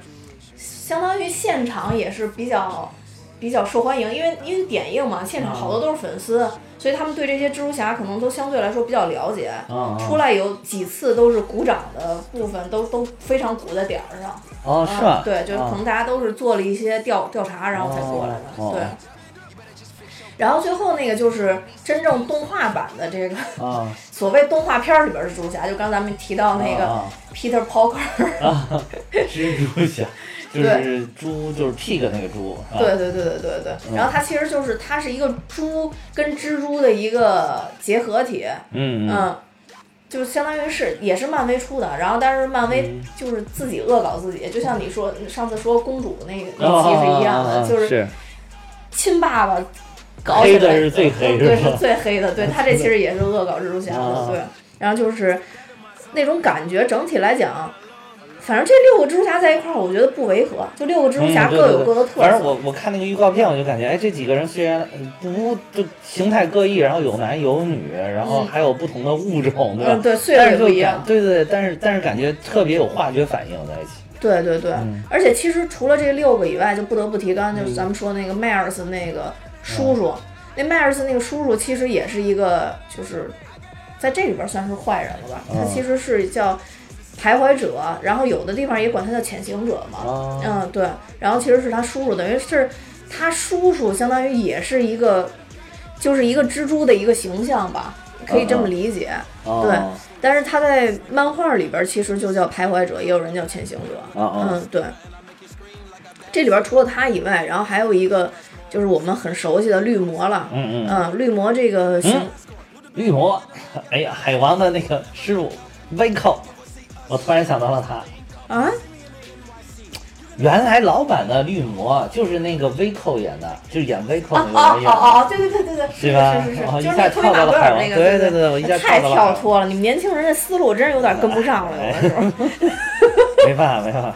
S1: 相当于现场也是比较。比较受欢迎，因为因为点映嘛，现场好
S2: 嗯
S1: 多都是粉丝，所以他们对这些蜘蛛侠可能都相对来说比较了解。
S2: 嗯嗯
S1: 出来有几次都是鼓掌的部分，都都非常鼓在点儿上。
S2: 哦是吗？
S1: 嗯对，就是可
S2: 啊
S1: 能大家都是做了一些调调查，然后才过来的。
S2: 哦
S1: 对。然后最后那个就是真正动画版的这个
S2: 啊
S1: 所谓动画片儿里边的蜘蛛侠，就刚咱们提到那个
S2: 啊
S1: Peter Parker，、
S2: 啊，蜘蛛侠，就是猪就是 pig 那个猪，啊是吧
S1: 对对对对对对，
S2: 嗯
S1: 然后它其实就是它是一个猪跟蜘蛛的一个结合体，
S2: 嗯嗯
S1: 嗯，就相当于是也是漫威出的，然后但是漫
S2: 嗯
S1: 威就是自己恶搞自己，就像你说上次说公主那个那期是一样
S2: 啊啊啊啊
S1: 的，
S2: 啊
S1: 就是
S2: 是
S1: 亲爸爸搞起
S2: 黑的
S1: 来
S2: 是最黑
S1: 对，
S2: 是
S1: 是
S2: 吧？
S1: 最黑的。对他 这其实也是恶搞蜘蛛侠的，
S2: 啊
S1: 对。然后就是那种感觉，整体来讲，反正这六个蜘蛛侠在一块儿，我觉得不违和。就六个蜘蛛侠
S2: 嗯对
S1: 各
S2: 对
S1: 有
S2: 对
S1: 各的特
S2: 反正
S1: 色，
S2: 我我看那个预告片，我就感觉，哎，这几个人虽然呃不就形态各异，然后有男有女，然后还有不同的物种，对吧
S1: 嗯，？对，岁数也
S2: 但是就
S1: 不一
S2: 感
S1: 样，，
S2: 对对对，但是但是感觉特别有化学反应在一起。
S1: 对对对。而且其实除了这六个以外，就不得不提，刚刚就是咱们说那个迈尔斯那个叔叔，那迈尔斯那个叔叔其实也是一个，就是在这里边算是坏人了吧？他
S2: 嗯
S1: 其实是叫徘徊者，然后有的地方也管他叫潜行者嘛。
S2: 啊
S1: 嗯，对，然后其实是他叔叔，等于是他叔叔，相当于也是一个，就是一个蜘蛛的一个形象吧，可以这么理解。对
S2: 啊
S1: 但是他在漫画里边其实就叫徘徊者，也有人叫潜行者。
S2: 啊啊
S1: 嗯，对。这里边除了他以外，然后还有一个就是我们很熟悉的绿魔了。
S2: 嗯嗯，
S1: 嗯，绿魔这个形，
S2: 嗯绿魔，哎呀，海王的那个师傅 Vico，我突然想到了他。
S1: 啊，
S2: 原来老版的绿魔就是那个 Vico 演的，就是演 Vico
S1: 哦
S2: 那个
S1: 哦
S2: 人演的，
S1: 哦哦，对对对对对，
S2: 是吧？
S1: 是是是，
S2: 哦，一
S1: 就是
S2: 下
S1: 那推
S2: 跳到
S1: 马
S2: 了
S1: 贝
S2: 海
S1: 尔
S2: 王，
S1: 那个，对
S2: 对对对，我一下
S1: 太
S2: 跳到了海
S1: 跳
S2: 王，哎
S1: 脱了，你们年轻人的思路真是有点跟不上了，有的时候。
S2: 没办法没办法，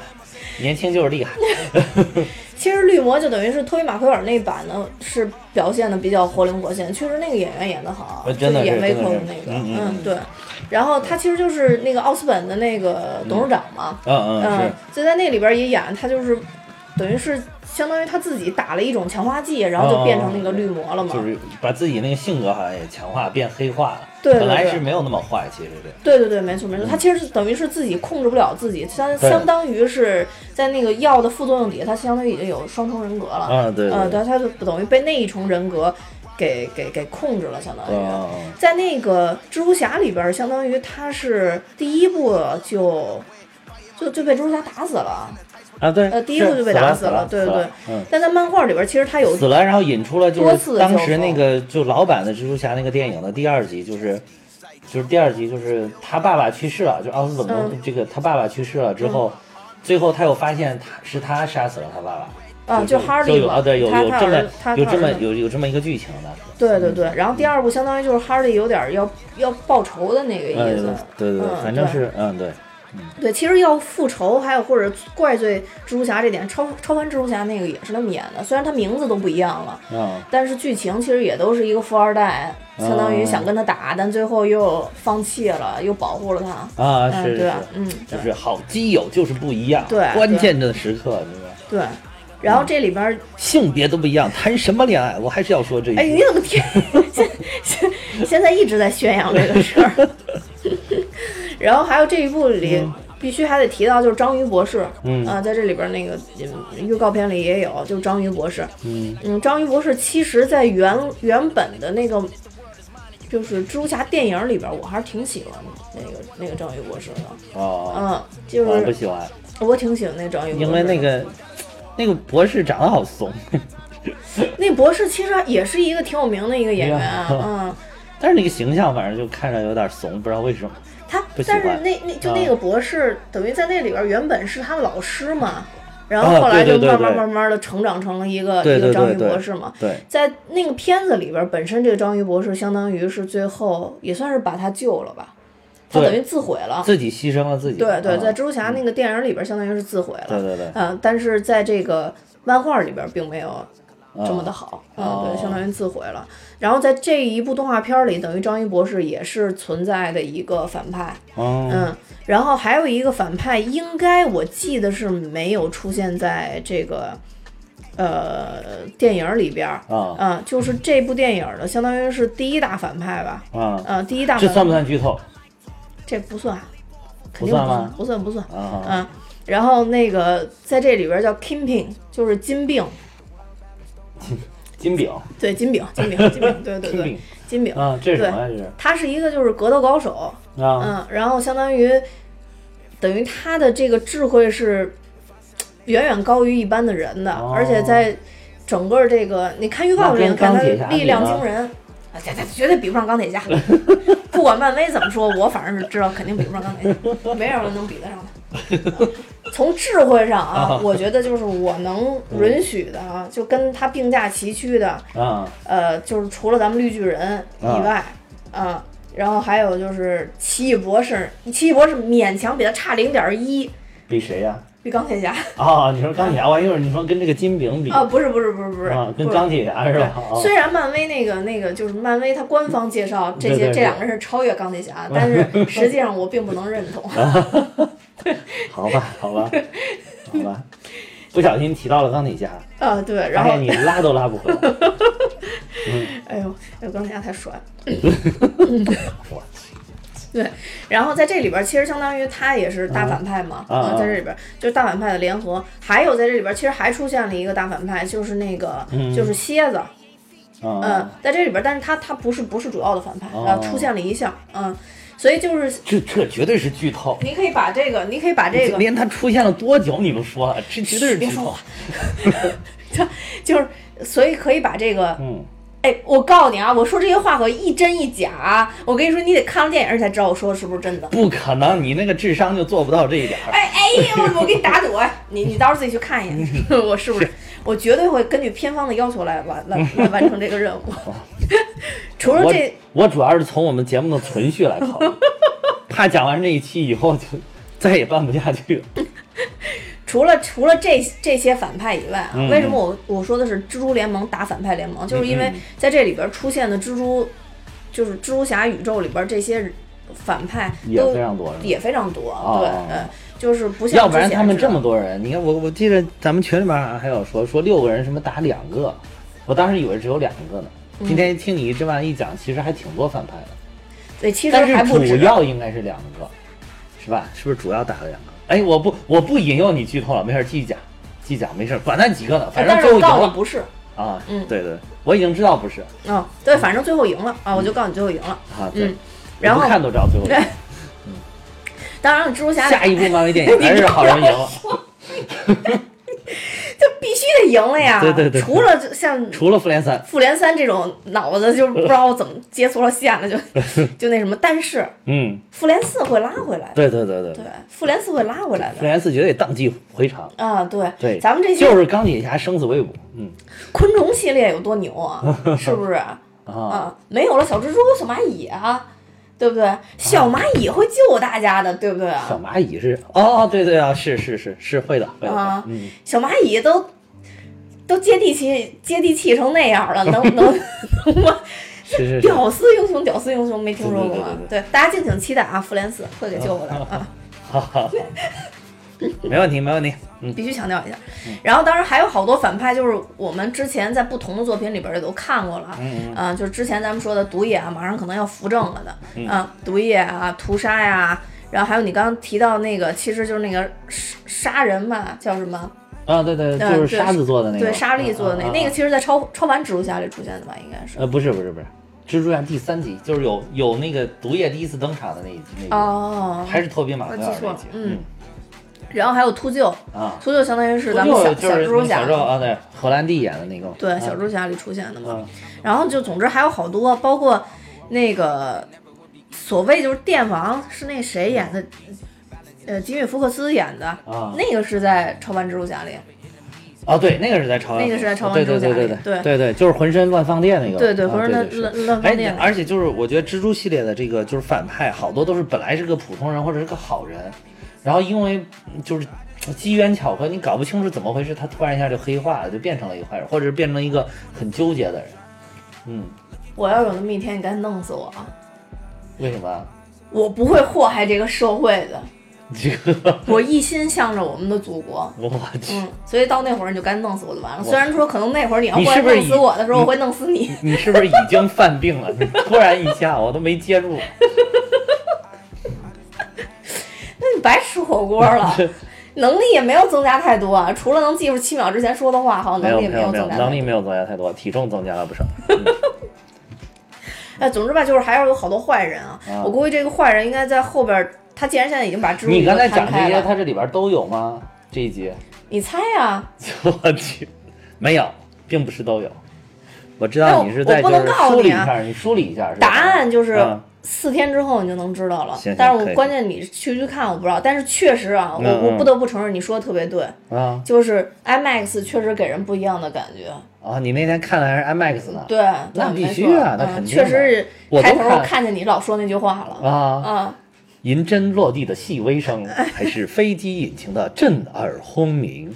S2: 年轻就是厉害。
S1: 其实绿魔就等于是托比马奎尔那版呢，是表现的比较活灵活现，确实那个演员演的好，啊
S2: 呃真的
S1: 就是演维
S2: 真的
S1: 克的
S2: 是
S1: 那个，
S2: 嗯嗯嗯
S1: 对。然后他其实就是那个奥斯本的那个董事长嘛，
S2: 嗯嗯
S1: 嗯
S2: 是，，
S1: 就在那里边也演，他就是等于是相当于他自己打了一种强化剂，然后就变成那个绿魔了嘛，
S2: 哦就是把自己那个性格好像也强化变黑化了，
S1: 对对
S2: 本来
S1: 对
S2: 是没有那么坏，其实是。
S1: 对对对，没错没错，他其实是等于是自己控制不了自己，相
S2: 嗯对
S1: 相当于是在那个药的副作用底下，他相当于已经有双重人格了。
S2: 啊对对
S1: 嗯，
S2: 对
S1: 对，他就等于被那一重人格给给给控制了，相当于。
S2: 嗯
S1: 在那个蜘蛛侠里边儿，相当于他是第一部就就就被蜘蛛侠打死了，
S2: 啊对，
S1: 呃，第一部
S2: 是
S1: 就被打死了，对对对。
S2: 嗯。
S1: 但在漫画里边儿，其实他有
S2: 死了，然后引出了就
S1: 多次
S2: 是
S1: 的
S2: 当
S1: 交
S2: 时
S1: 锋
S2: 那个就老版的蜘蛛侠那个电影的第二集，就是就是第二集就是他爸爸去世了，就奥斯本公、
S1: 嗯
S2: 这个他爸爸去世了之后，最后他又发现他是他杀死了他爸爸，
S1: 啊，就哈利
S2: 有
S1: 嘛，
S2: 啊对有
S1: 他
S2: 有
S1: 他
S2: 这么
S1: 儿他
S2: 有
S1: 他
S2: 这么
S1: 儿子
S2: 有嗯有这么一个剧情的，
S1: 对对对，然后第二部相当于就是哈利有点儿要要报仇的那个意思
S2: 嗯，对对对，
S1: 嗯
S2: 反正是嗯对，
S1: 对，其实要复仇，还有或者怪罪蜘蛛侠这点，超超凡蜘蛛侠那个也是那么演的，虽然他名字都不一样了，
S2: 嗯
S1: 但是剧情其实也都是一个富二代，相当于
S2: 哦
S1: 想跟他打，但最后又放弃了，又保护了他。
S2: 啊
S1: 嗯，
S2: 是是
S1: 对吧
S2: 是，
S1: 嗯，
S2: 就
S1: 对
S2: 是好基友就是不一样，
S1: 对啊
S2: 关
S1: 对
S2: 键的时刻，对吧？
S1: 对。然后这里边儿，
S2: 性别都不一样，谈什么恋爱？我还是要说这一
S1: 哎，
S2: 句。
S1: 你怎么天现现现在一直在宣扬这个事儿？ 然后还有这一部里必须还得提到就是章鱼博士，
S2: 嗯
S1: 啊、在这里边儿那个嗯预告片里也有，就是章鱼博士，
S2: 嗯
S1: 嗯，章鱼博士其实，在原原本的那个就是蜘蛛侠电影里边儿，我还是挺喜欢那个那个章鱼博士的。
S2: 哦，
S1: 嗯，就
S2: 我不
S1: 是
S2: 喜欢，
S1: 我挺喜欢那个章鱼博士的，
S2: 因为那个那个博士长得好怂，
S1: 那博士其实也是一个挺有名的一个演员啊，
S2: 哎呀
S1: 嗯，
S2: 但是那个形象反正就看着有点怂，不知道为什么。
S1: 他
S2: 不喜
S1: 但
S2: 欢
S1: 是那那就那
S2: 啊
S1: 个博士、等于在那里边儿原本是他老师嘛，然
S2: 啊
S1: 后后来
S2: 对
S1: 就
S2: 对
S1: 慢
S2: 对
S1: 慢
S2: 对
S1: 慢慢的成长成了一个
S2: 对
S1: 一个
S2: 对
S1: 章
S2: 对
S1: 鱼博
S2: 对
S1: 士嘛，
S2: 对，
S1: 在那个片子里边，本身这个章鱼博士相当于是最后也算是把他救了吧，他
S2: 对
S1: 等于自毁了。
S2: 自己牺牲了自己。
S1: 对对，
S2: 啊
S1: 在蜘蛛侠那个电影里边，相当于是自毁了。
S2: 对对对
S1: 嗯，但是在这个漫画里边，并没有这么的好。嗯，
S2: 哦
S1: 对，相当于自毁了。然后在这一部动画片里，等于章鱼博士也是存在的一个反派。
S2: 嗯
S1: 嗯，然后还有一个反派，应该我记得是没有出现在这个呃电影里边儿。
S2: 啊
S1: 嗯，就是这部电影的，相当于是第一大反派吧。
S2: 啊，
S1: 嗯，第一大
S2: 这
S1: 反
S2: 算不算剧透
S1: 这不算，肯
S2: 不
S1: 定
S2: 算
S1: 不
S2: 吗
S1: 不算不算。
S2: 啊？
S1: 嗯，然后那个在这里边叫 Kingpin，就是金饼，
S2: 金饼，
S1: 对，金饼，金饼，金饼，对对
S2: 金
S1: 对
S2: 饼，
S1: 金饼。
S2: 啊，这是什么呀？这是
S1: 他是一个就是格斗高手，
S2: 啊
S1: 嗯，然后相当于等于他的这个智慧是远远高于一般的人的，
S2: 哦
S1: 而且在整个这个你看预告里
S2: 那
S1: 面
S2: 跟
S1: 看他
S2: 钢铁侠比呢
S1: 力量惊人。啊，这这绝对比不上钢铁 侠，不管漫威怎么说，我反正是知道肯定比不上钢铁侠，没有人能比得上他。从智慧上 啊，我觉得就是我能允许的啊，就跟他并驾齐驱的，
S2: 啊，
S1: 呃，就是除了咱们绿巨人以外，啊、然后还有就是奇异博士，奇异博士勉强比他差零点一，
S2: 比谁呀？
S1: 比钢铁 侠
S2: 啊，你说钢铁侠，我还一会儿你说跟这个金饼比
S1: 啊，不是不是不是嗯不是，
S2: 啊，跟
S1: 不是
S2: 钢铁侠是吧？啊
S1: 虽然漫威那个那个就是漫威，它官方介绍这些
S2: 对对对
S1: 这两个人是超越钢铁侠，但是实际上我并不能认 同。
S2: 好吧，好吧，好吧，不小心提到了钢铁侠，
S1: 啊，对，然
S2: 发
S1: 后
S2: 现你拉都拉不 回来。
S1: 哎呦，哎呦，钢铁侠太 帅了。
S2: 我
S1: 对，然后在这里边儿其实相当于他也是大反派嘛，
S2: 啊啊
S1: 嗯在这里边儿就是大反派的联合，还有在这里边儿其实还出现了一个大反派，就是那个、
S2: 嗯
S1: 就是蝎子，
S2: 嗯
S1: 嗯，在这里边儿，但是他他不是不是主要的反派，
S2: 哦
S1: 啊，出现了一项，嗯，所以就是
S2: 这这绝对是剧透。
S1: 你可以把这个，你可以把这个，
S2: 哎连他出现了多久你都说了，这绝对是
S1: 别
S2: 剧
S1: 说
S2: 透
S1: 话。就是所以可以把这个
S2: 嗯，
S1: 哎，我告诉你啊，我说这些话可一真一假啊，我跟你说，你得看了电影儿才知道我说的是不是真的。
S2: 不可能，你那个智商就做不到这一点儿。
S1: 哎哎呦，我给你打赌，哎，你你到时候自己去看一眼，
S2: 嗯
S1: 我是不是？我绝对会根据片方的要求来完来来完成这个任务。 除了
S2: 哦我
S1: 这，
S2: 我主要是从我们节目的存续来 考虑，怕讲完这一期以后就再也办不下去了。
S1: 除了除了这这些反派以外啊，
S2: 嗯
S1: 为什么我我说的是蜘蛛联盟打反派联盟，就是因
S2: 嗯
S1: 为在这里边出现的蜘蛛，就是蜘蛛侠宇宙里边这些反派
S2: 也
S1: 都
S2: 非常多是吧
S1: 也非常多，
S2: 哦
S1: 对，嗯，就是不像
S2: 要不然
S1: 之前
S2: 他们
S1: 似的
S2: 这么多人，你看我我记得咱们群里边好像还有说说六个人什么打两个，我当时以为只有两个呢。
S1: 嗯
S2: 今天听你这么一讲，其实还挺多反派的，
S1: 对，其实
S2: 但
S1: 还
S2: 是
S1: 不止
S2: 主。要应该是两个，是吧？是不是主要打了两个？哎，我不我不引诱你剧透了，没事儿，继续讲，继续讲，没事儿，管那几个呢，反正
S1: 但是
S2: 最后
S1: 我
S2: 赢
S1: 告诉你
S2: 了
S1: 不是，
S2: 啊。
S1: 嗯
S2: 对对，我已经知道不是
S1: 嗯、对，反正最后赢了啊，我就告诉你最后赢了。
S2: 啊，对，
S1: 嗯，然
S2: 我
S1: 后
S2: 不看都知道最后赢
S1: 对，当然了，蜘蛛侠
S2: 下一部漫威电影还是好人赢了，
S1: 就必须得赢了呀。
S2: 对对对
S1: 除了这像
S2: 除了复联三，
S1: 复联三这种脑子就不知道怎么接错了线 了，就就那什么。但是
S2: 嗯，
S1: 复联四会拉回来的，
S2: 对对对对，
S1: 对，复联四会拉回来
S2: 复
S1: 的。
S2: 联四绝对荡气回肠。
S1: 啊，对，
S2: 对，
S1: 咱们这些
S2: 就是钢铁侠生死未卜，嗯
S1: 昆虫系列有多牛 啊，是不是？
S2: 啊，
S1: 啊，没有了小蜘蛛、小蚂蚁啊，对不对？小
S2: 啊
S1: 蚂蚁会救大家的，对不对啊？
S2: 小蚂蚁是哦，对对啊，是是是是会的，会的，
S1: 啊
S2: 嗯，
S1: 小蚂蚁都都接地气接地气成那样了， 能能能吗？
S2: 是是是，
S1: 屌丝英雄，屌丝英雄没听说过吗？
S2: 对对对对
S1: 大家敬请期待啊！复联四会给救回来的 啊！
S2: 哈哈，没问题没问题，嗯
S1: 必须强调一下。然后当然还有好多反派，就是我们之前在不同的作品里边也都看过了啊，
S2: 嗯
S1: 啊就是之前咱们说的毒液啊，马上可能要扶正了
S2: 嗯
S1: 的啊，毒液啊，屠杀呀、然后还有你刚刚提到那个，其实就是那个杀杀人嘛，叫什么？
S2: 啊，对对，
S1: 嗯
S2: 就是沙子做的那个，
S1: 对，莎莉做的那
S2: 啊
S1: 个，
S2: 啊
S1: 那个其实，在超超凡蜘蛛侠里出现的吧，应该是。
S2: 呃不是不是不是，蜘蛛侠第三集就是有有那个毒液第一次登场的那一集，那个
S1: 哦，
S2: 还是托比马奎尔
S1: 我记错
S2: 那一
S1: 了
S2: 集，
S1: 嗯然后还有秃鹫，
S2: 啊，
S1: 秃鹫相当于是咱们
S2: 不
S1: 小
S2: 就就是
S1: 蜘蛛侠
S2: 小，时候啊，对，荷兰弟演的那个，嗯
S1: 对小蜘
S2: 时
S1: 蛛侠里出现的嘛。
S2: 啊，
S1: 然后就总之还有好多，包括那个所谓就是电王是那谁演的，呃，吉米福克斯演的，
S2: 啊
S1: 那个是在《超凡蜘蛛侠》里，
S2: 哦，对，那个是在朝阳，
S1: 那个是在朝阳
S2: 对
S1: 之
S2: 对
S1: 家
S2: 对对
S1: 里对
S2: 对对对，就是浑身乱放电那个，
S1: 对对
S2: 啊
S1: 浑身乱
S2: 对是
S1: 乱乱放
S2: 哎
S1: 电
S2: 而且就是我觉得蜘蛛系列的这个就是反派，好多都是本来是个普通人或者是个好人，然后因为就是机缘巧合，你搞不清楚怎么回事，他突然一下就黑化了，就变成了一个坏人，或者是变成了一个很纠结的人。嗯，
S1: 我要有那么一天，你该弄死我啊！
S2: 为什么？
S1: 我不会祸害这个社会的，
S2: 这个
S1: 我一心向着我们的祖国。
S2: 我去。
S1: 嗯，所以到那会儿你就该弄死我就完了。虽然说可能那会儿你要
S2: 你
S1: 过来
S2: 是不是
S1: 弄死
S2: 已
S1: 我的时候，
S2: 你
S1: 我会弄死你。
S2: 你是不是已经犯病了？你突然一下，我都没接住。
S1: 那你白吃火锅 了，能力也没有增加太多啊，除了能记住七秒之前说的话，好像
S2: 没
S1: 能
S2: 有
S1: 力也
S2: 没有
S1: 有
S2: 没
S1: 增
S2: 有，
S1: 加太
S2: 能
S1: 多
S2: 力。没有增加太多，体重增加了不少。
S1: 哎，总之吧，就是还要有好多坏人啊。
S2: 啊
S1: 我估计这个坏人应该在后边儿，他既然现在已经把蜘蛛
S2: 你刚才
S1: 已经摊
S2: 讲这
S1: 开
S2: 些，
S1: 了，
S2: 它这里边都有吗？这一集
S1: 你猜呀、
S2: 嗯我去，没有，并不是都有。我知
S1: 哎
S2: 道
S1: 我
S2: 你是在
S1: 我不
S2: 就是
S1: 能告诉
S2: 梳理一
S1: 你啊
S2: 下，你梳理一下是吧
S1: 答案就是
S2: 嗯
S1: 四天之后你就能知道了。
S2: 行行
S1: 但是
S2: 可以
S1: 我关键你去去看我不知道，但是确实啊，我
S2: 嗯嗯
S1: 我不得不承认你说的特别对，
S2: 啊
S1: 就是 IMAX 确实给人不一样的感觉。
S2: 啊！你那天看的还是 IMAX 呢？
S1: 对，
S2: 那
S1: 对
S2: 必
S1: 没
S2: 须
S1: 错
S2: 啊那
S1: 嗯
S2: 肯定
S1: 确实
S2: 的
S1: 是
S2: 我都
S1: 开头
S2: 看
S1: 我看见你老说那句话了。
S2: 啊，
S1: 啊，
S2: 银针落地的细微声，还是飞机引擎的震耳轰鸣？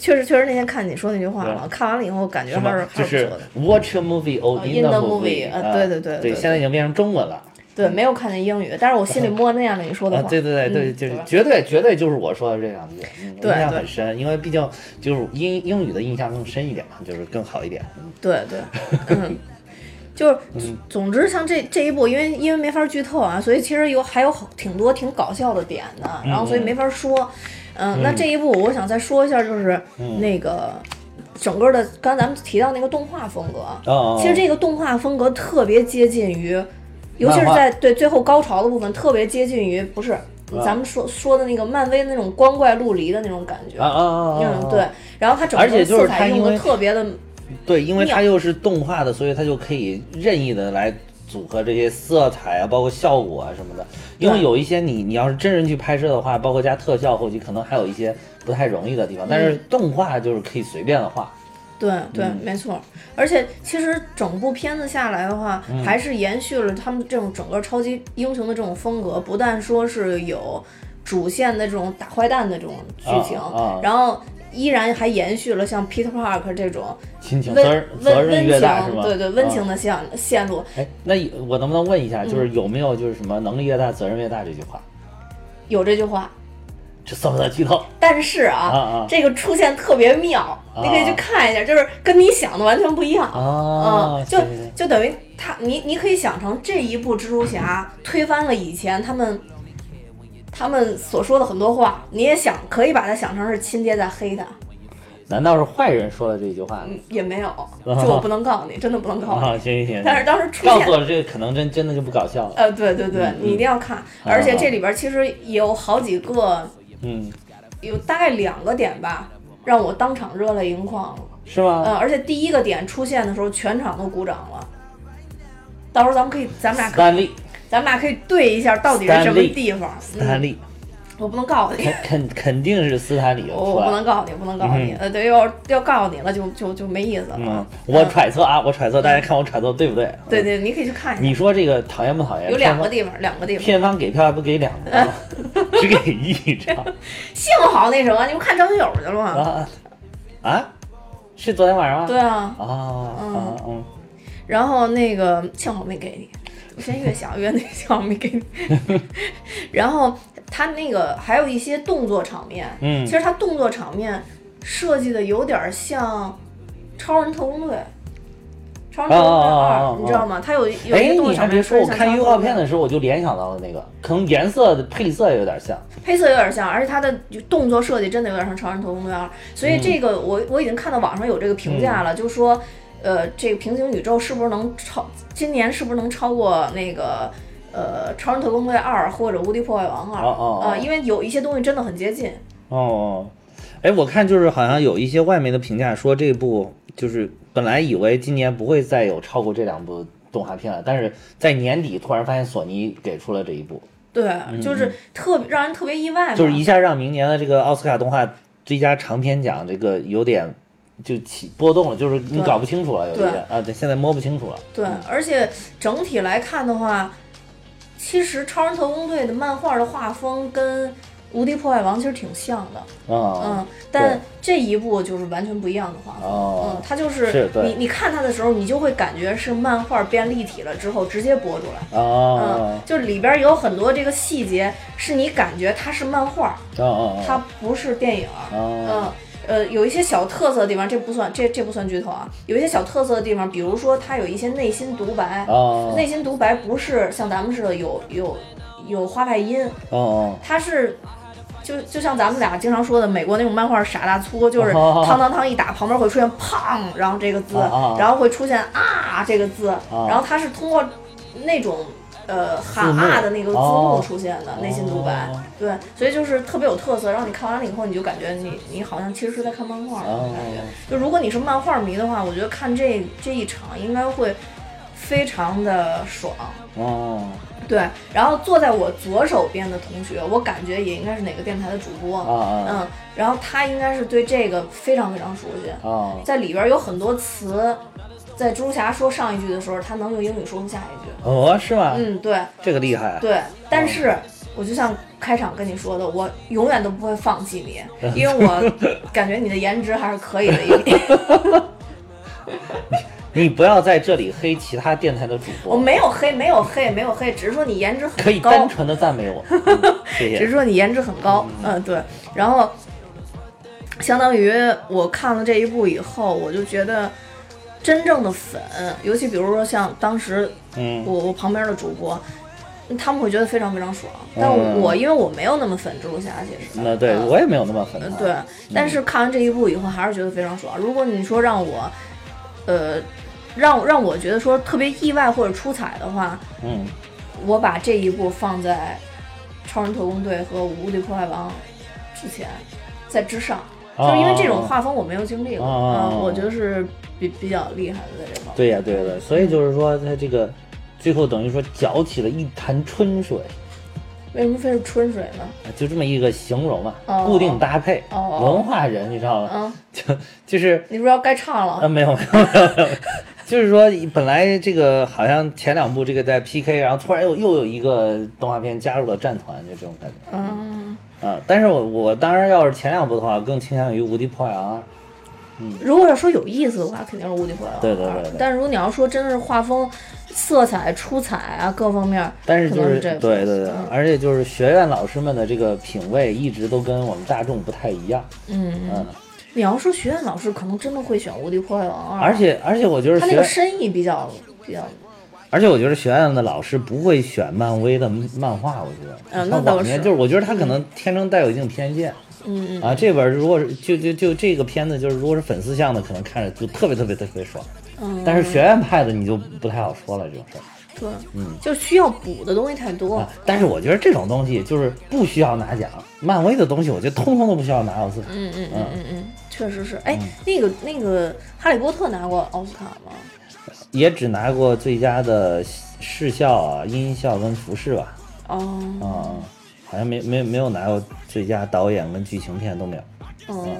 S1: 确实确实那天看你说那句话了，
S2: 对
S1: 看完了以后感觉
S2: 什
S1: 还是
S2: 么？
S1: 还
S2: 就是是
S1: 不错的。
S2: watch a movie or
S1: in
S2: in a
S1: the
S2: movie
S1: movie，
S2: 啊
S1: 呃对对对对
S2: 对，
S1: 对
S2: 现在已经变成中文了。
S1: 对，没有看见英语，但是我心里默念了你说的
S2: 嗯 啊
S1: 话。，
S2: 对对对对，
S1: 嗯
S2: 就是
S1: 吧
S2: 绝对绝对就是我说的这两句，嗯我
S3: 对
S2: 印象
S3: 对
S2: 很深，因为毕竟就是英英语的印象更深一点嘛，就是更好一点。嗯
S3: 对对， 嗯，
S1: 就是总总之像这这一部，因为因为没法剧透啊，所以其实有还有好挺多挺搞笑的点的，
S2: 嗯
S1: 然后所以没法说。嗯，那这一部我想再说一下，就是
S2: 嗯
S1: 那个整个的，刚才咱们提到那个动画风格，
S2: 哦哦
S1: 其实这个动画风格特别接近于，尤其是
S2: 漫画
S1: 在对最后高潮的部分，特别接近于不是
S2: 啊
S1: 咱们说说的那个漫威那种光怪陆离的那种感觉。
S2: 啊啊啊！啊
S1: 嗯，对，，然后它整
S2: 而且
S1: 个
S2: 就是
S1: 色
S2: 它
S1: 彩
S2: 因
S1: 用的
S2: 为
S1: 特别的
S2: 对，因为它
S1: 妙
S2: 又是动画的，所以它就可以任意的来组合这些色彩啊，包括效果啊什么的。因为
S1: 对
S2: 有一些你你要是真人去拍摄的话，包括加特效后期，可能还有一些不太容易的地方。但是动画就是可以随便的画。
S1: 对
S2: 嗯
S1: 对，没错。而且其实整部片子下来的话，
S2: 嗯
S1: 还是延续了他们这种整个超级英雄的这种风格，不但说是有主线的这种打坏蛋的这种剧情，
S2: 啊啊
S1: 然后依然还延续了像 Peter Park 这种
S2: 亲情责任
S1: 温
S2: 责
S1: 温
S2: 任
S1: 温
S2: 越大是
S1: 情，
S2: 吗？
S1: 对对温情
S2: 啊。
S1: 的线线路
S2: 哎，那有我能不能问一下，就是有没有就是什么能力越大责任越大这句话？
S1: 有这句话。
S2: 这算不算剧透？
S1: 但是啊，
S2: 啊啊
S1: 这个出现特别妙，你可以去看一下，就是跟你想的完全不一样。
S2: 啊
S1: 嗯，，就
S2: 行行行
S1: 就等于他，你你可以想成这一部蜘蛛侠推翻了以前他们他们所说的很多话，你也想可以把它想成是亲爹在黑他，
S2: 难道是坏人说了这句话呢？
S1: 嗯也 没有，就我不能告诉你，真的不能告诉你。
S2: 啊，行行行。
S1: 嗯但是当时出
S2: 告
S1: 现
S2: 诉嗯我这个可能真真的就不搞笑了。
S1: 呃，对对对，你一定要看，而
S2: 啊
S1: 且这里边其实有好几个，
S2: 嗯，
S1: 有大概两个点吧，让我当场热泪盈眶了。
S2: 是吗？
S1: 嗯，而且第一个点出现的时候，全场都鼓掌了。到时候咱们可以，咱们俩可以
S2: 斯坦利，
S1: 咱们俩可以对一下到底是什么地方。
S2: 斯坦利，
S1: 嗯我不能告诉你
S2: 肯，肯肯定是斯坦利，
S1: 我
S2: 出
S1: 哦我
S2: 来
S1: 不能告诉你，不能告诉你。呃，对，要要告诉你了，就就就没意思了。
S2: 嗯，我揣测啊，我揣测，大家看我揣测对不对？
S1: 对
S2: 嗯，
S1: 对，你可以去看一下，
S2: 你说这个讨厌不讨厌？
S1: 有两
S2: 片
S1: 个
S2: 方
S1: 地方，两个地方。
S2: 片方给票还不给两个， 只给一张
S1: 幸好那什么，你们看张学友去了吗？
S2: 啊啊？是昨天晚上吗？
S1: 对啊，
S2: 啊啊嗯，
S1: 然后那个幸好没给你，我现在越想越那个幸好没给你。 然后他那个还有一些动作场面，
S2: 嗯
S1: 其实他动作场面设计的有点像《超人特工队》。超人特工队
S2: 哦哦
S1: 二、
S2: 哦哦哦
S1: 你知道吗？他有有
S2: 哎
S1: 一个，动作
S2: 你还
S1: 场
S2: 别
S1: 面
S2: 说，
S1: 设
S2: 我
S1: 计像超
S2: 看
S1: 人
S2: 预
S1: 特
S2: 告
S1: 工队
S2: 片的时候我就联想到了那个，可能颜色的配色也有点像。
S1: 配色有点像，而且它的动作设计真的有点像《超人特工队二》，所
S2: 嗯
S1: 以这个我我已经看到网上有这个评价了，就说，呃，这个平行宇宙是不是能超，今年是不是能超过那个？呃，《超人特工队二》或者《无敌破坏王二》
S2: 哦哦哦
S1: 啊，因为有一些东西真的很接近。
S2: 哦，哎，我看就是好像有一些外媒的评价说这部就是本来以为今年不会再有超过这两部动画片了，但是在年底突然发现索尼给出了这一部，
S1: 对，就是特别让人特别意外嘛。
S2: 嗯就是一下让明年的这个奥斯卡动画最佳长片奖这个有点就起波动了，就是你
S1: 对
S2: 搞不清楚了，有一
S1: 对
S2: 点啊，对，现在摸不清楚了。
S1: 对，而且整体来看的话，其实《超人特工队》的漫画的画风跟《无敌破坏王》其实挺像的。
S2: 啊
S1: 嗯，但这一部就是完全不一样的画风。
S2: 哦
S1: 嗯，它就是
S2: 是对
S1: 你你看它的时候，你就会感觉是漫画变立体了之后直接播出来。
S2: 啊
S1: 嗯
S2: 啊，
S1: 就是里边有很多这个细节，是你感觉它是漫画，
S2: 啊啊！
S1: 它不是电影。
S2: 哦
S1: 嗯。呃，有一些小特色的地方，这不算，这这不算剧透啊。有一些小特色的地方，比如说它有一些内心独白，
S2: 哦
S1: 内心独白不是像咱们似的有有有花外音，
S2: 哦
S1: 它是就就像咱们俩经常说的，美国那种漫画傻大粗，就是
S2: 哦
S1: 汤汤汤一打，旁边会出现“砰”然后这个字
S2: 哦哦，
S1: 然后会出现“啊”这个字
S2: 哦，
S1: 然后它是通过那种呃喊啊的那个字幕
S2: 哦
S1: 出现的内心独白，
S2: 哦
S1: 对，所以就是特别有特色。然后你看完了以后，你就感觉你你好像其实是在看漫画那种感觉。
S2: 哦
S1: 就如果你是漫画迷的话，我觉得看这这一场应该会非常的爽。
S2: 哦，
S1: 对，然后坐在我左手边的同学，我感觉也应该是哪个电台的主播，
S2: 啊啊
S1: 嗯，然后他应该是对这个非常非常熟悉，
S2: 啊
S1: 在里边有很多词，在蜘蛛侠说上一句的时候，他能用英语说出下一句。
S2: 哦，是吗？
S1: 嗯，对
S2: 这个厉害，啊
S1: 对，但是我就像开场跟你说的，我永远都不会放弃你，
S2: 嗯
S1: 因为我感觉你的颜值还是可以的一点。
S2: 你不要在这里黑其他电台的主
S1: 我
S2: 播，
S1: 没有黑，没有黑，没有黑，只是说你颜值
S2: 可以
S1: 很
S2: 单
S1: 高，
S2: 纯的赞 美我，嗯谢
S1: 只是
S2: 谢。
S1: 说你颜值很高。嗯，对，然后。相当于我看了这一部以后，我就觉得真正的粉，尤其比如说像当时
S2: 嗯
S1: 我我旁边的主播，他们会觉得非常非常爽。但
S2: 嗯
S1: 我因为我没有那么粉蜘蛛侠，其实
S2: 那对
S1: 嗯
S2: 我也没有那么啊狠
S1: 嗯，对，但是看完这一部以后，还是觉得非常爽。如果你说让我，呃，让让我觉得说特别意外或者出彩的话，
S2: 嗯，
S1: 我把这一部放在《超人特工队》和《无敌破坏王》之前，在之上，就是因为这种
S2: 啊
S1: 画风我没有经历过，
S2: 啊啊啊
S1: 嗯，我觉得是比比较厉害的在这方面。
S2: 对呀，对的，所以就是说，他这个最后等于说搅起了一潭春水，
S1: 为什么非是春水呢？
S2: 就这么一个形容嘛，
S1: 哦
S2: 固定搭配，
S1: 哦
S2: 文化人，你知道吗？
S1: 嗯，
S2: 就就是
S1: 你是不是要该唱了？
S2: 啊，没有没 有没有没有，就是说本来这个好像前两部这个在 PK，然后突然又又有一个动画片加入了战团，就这种感觉。
S1: 嗯，
S2: 啊，但是我我当然要是前两部的话，更倾向于《无敌破坏王》啊。
S1: 如果要说有意思的话，肯定是无敌破坏王。啊
S2: 对对对对
S1: 但是如果你要说真的是画风、色彩、出彩啊各方面，
S2: 但是就
S1: 可能
S2: 是
S1: 是这个
S2: 对对对
S1: 嗯，
S2: 而且就是学院老师们的这个品味一直都跟我们大众不太一样。
S1: 嗯，
S2: 嗯，
S1: 你要说学院老师可能真的会选无敌破坏王二，啊
S2: 而且而且我觉得
S1: 嗯他
S2: 学
S1: 那个深意比较比较，
S2: 而且我觉得学院的老师不会选漫威的漫画，我觉得。
S1: 嗯
S2: 他
S1: 那倒
S2: 往年
S1: 是
S2: 就是我觉得他可能天生带有一定偏见。
S1: 嗯嗯
S2: 啊，这本如果是就就就这个片子，就是如果是粉丝向的，可能看着就特别特别特别爽。
S1: 嗯，
S2: 但是学院派的你就不太好说了这种事儿
S1: 对，就需要补的东西太多
S2: 嗯啊。。但是我觉得这种东西就是不需要拿奖，漫威的东西我觉得通通都不需要拿奥斯卡。
S1: 嗯嗯嗯嗯
S2: 啊
S1: 嗯，确实是。哎，那个那个《哈利波特》拿过奥斯卡吗？
S2: 也只拿过最佳的视效啊、音效跟服饰吧，
S1: 哦，
S2: 啊、好像没没没有拿过最佳导演跟剧情片都没有。啊
S1: 嗯，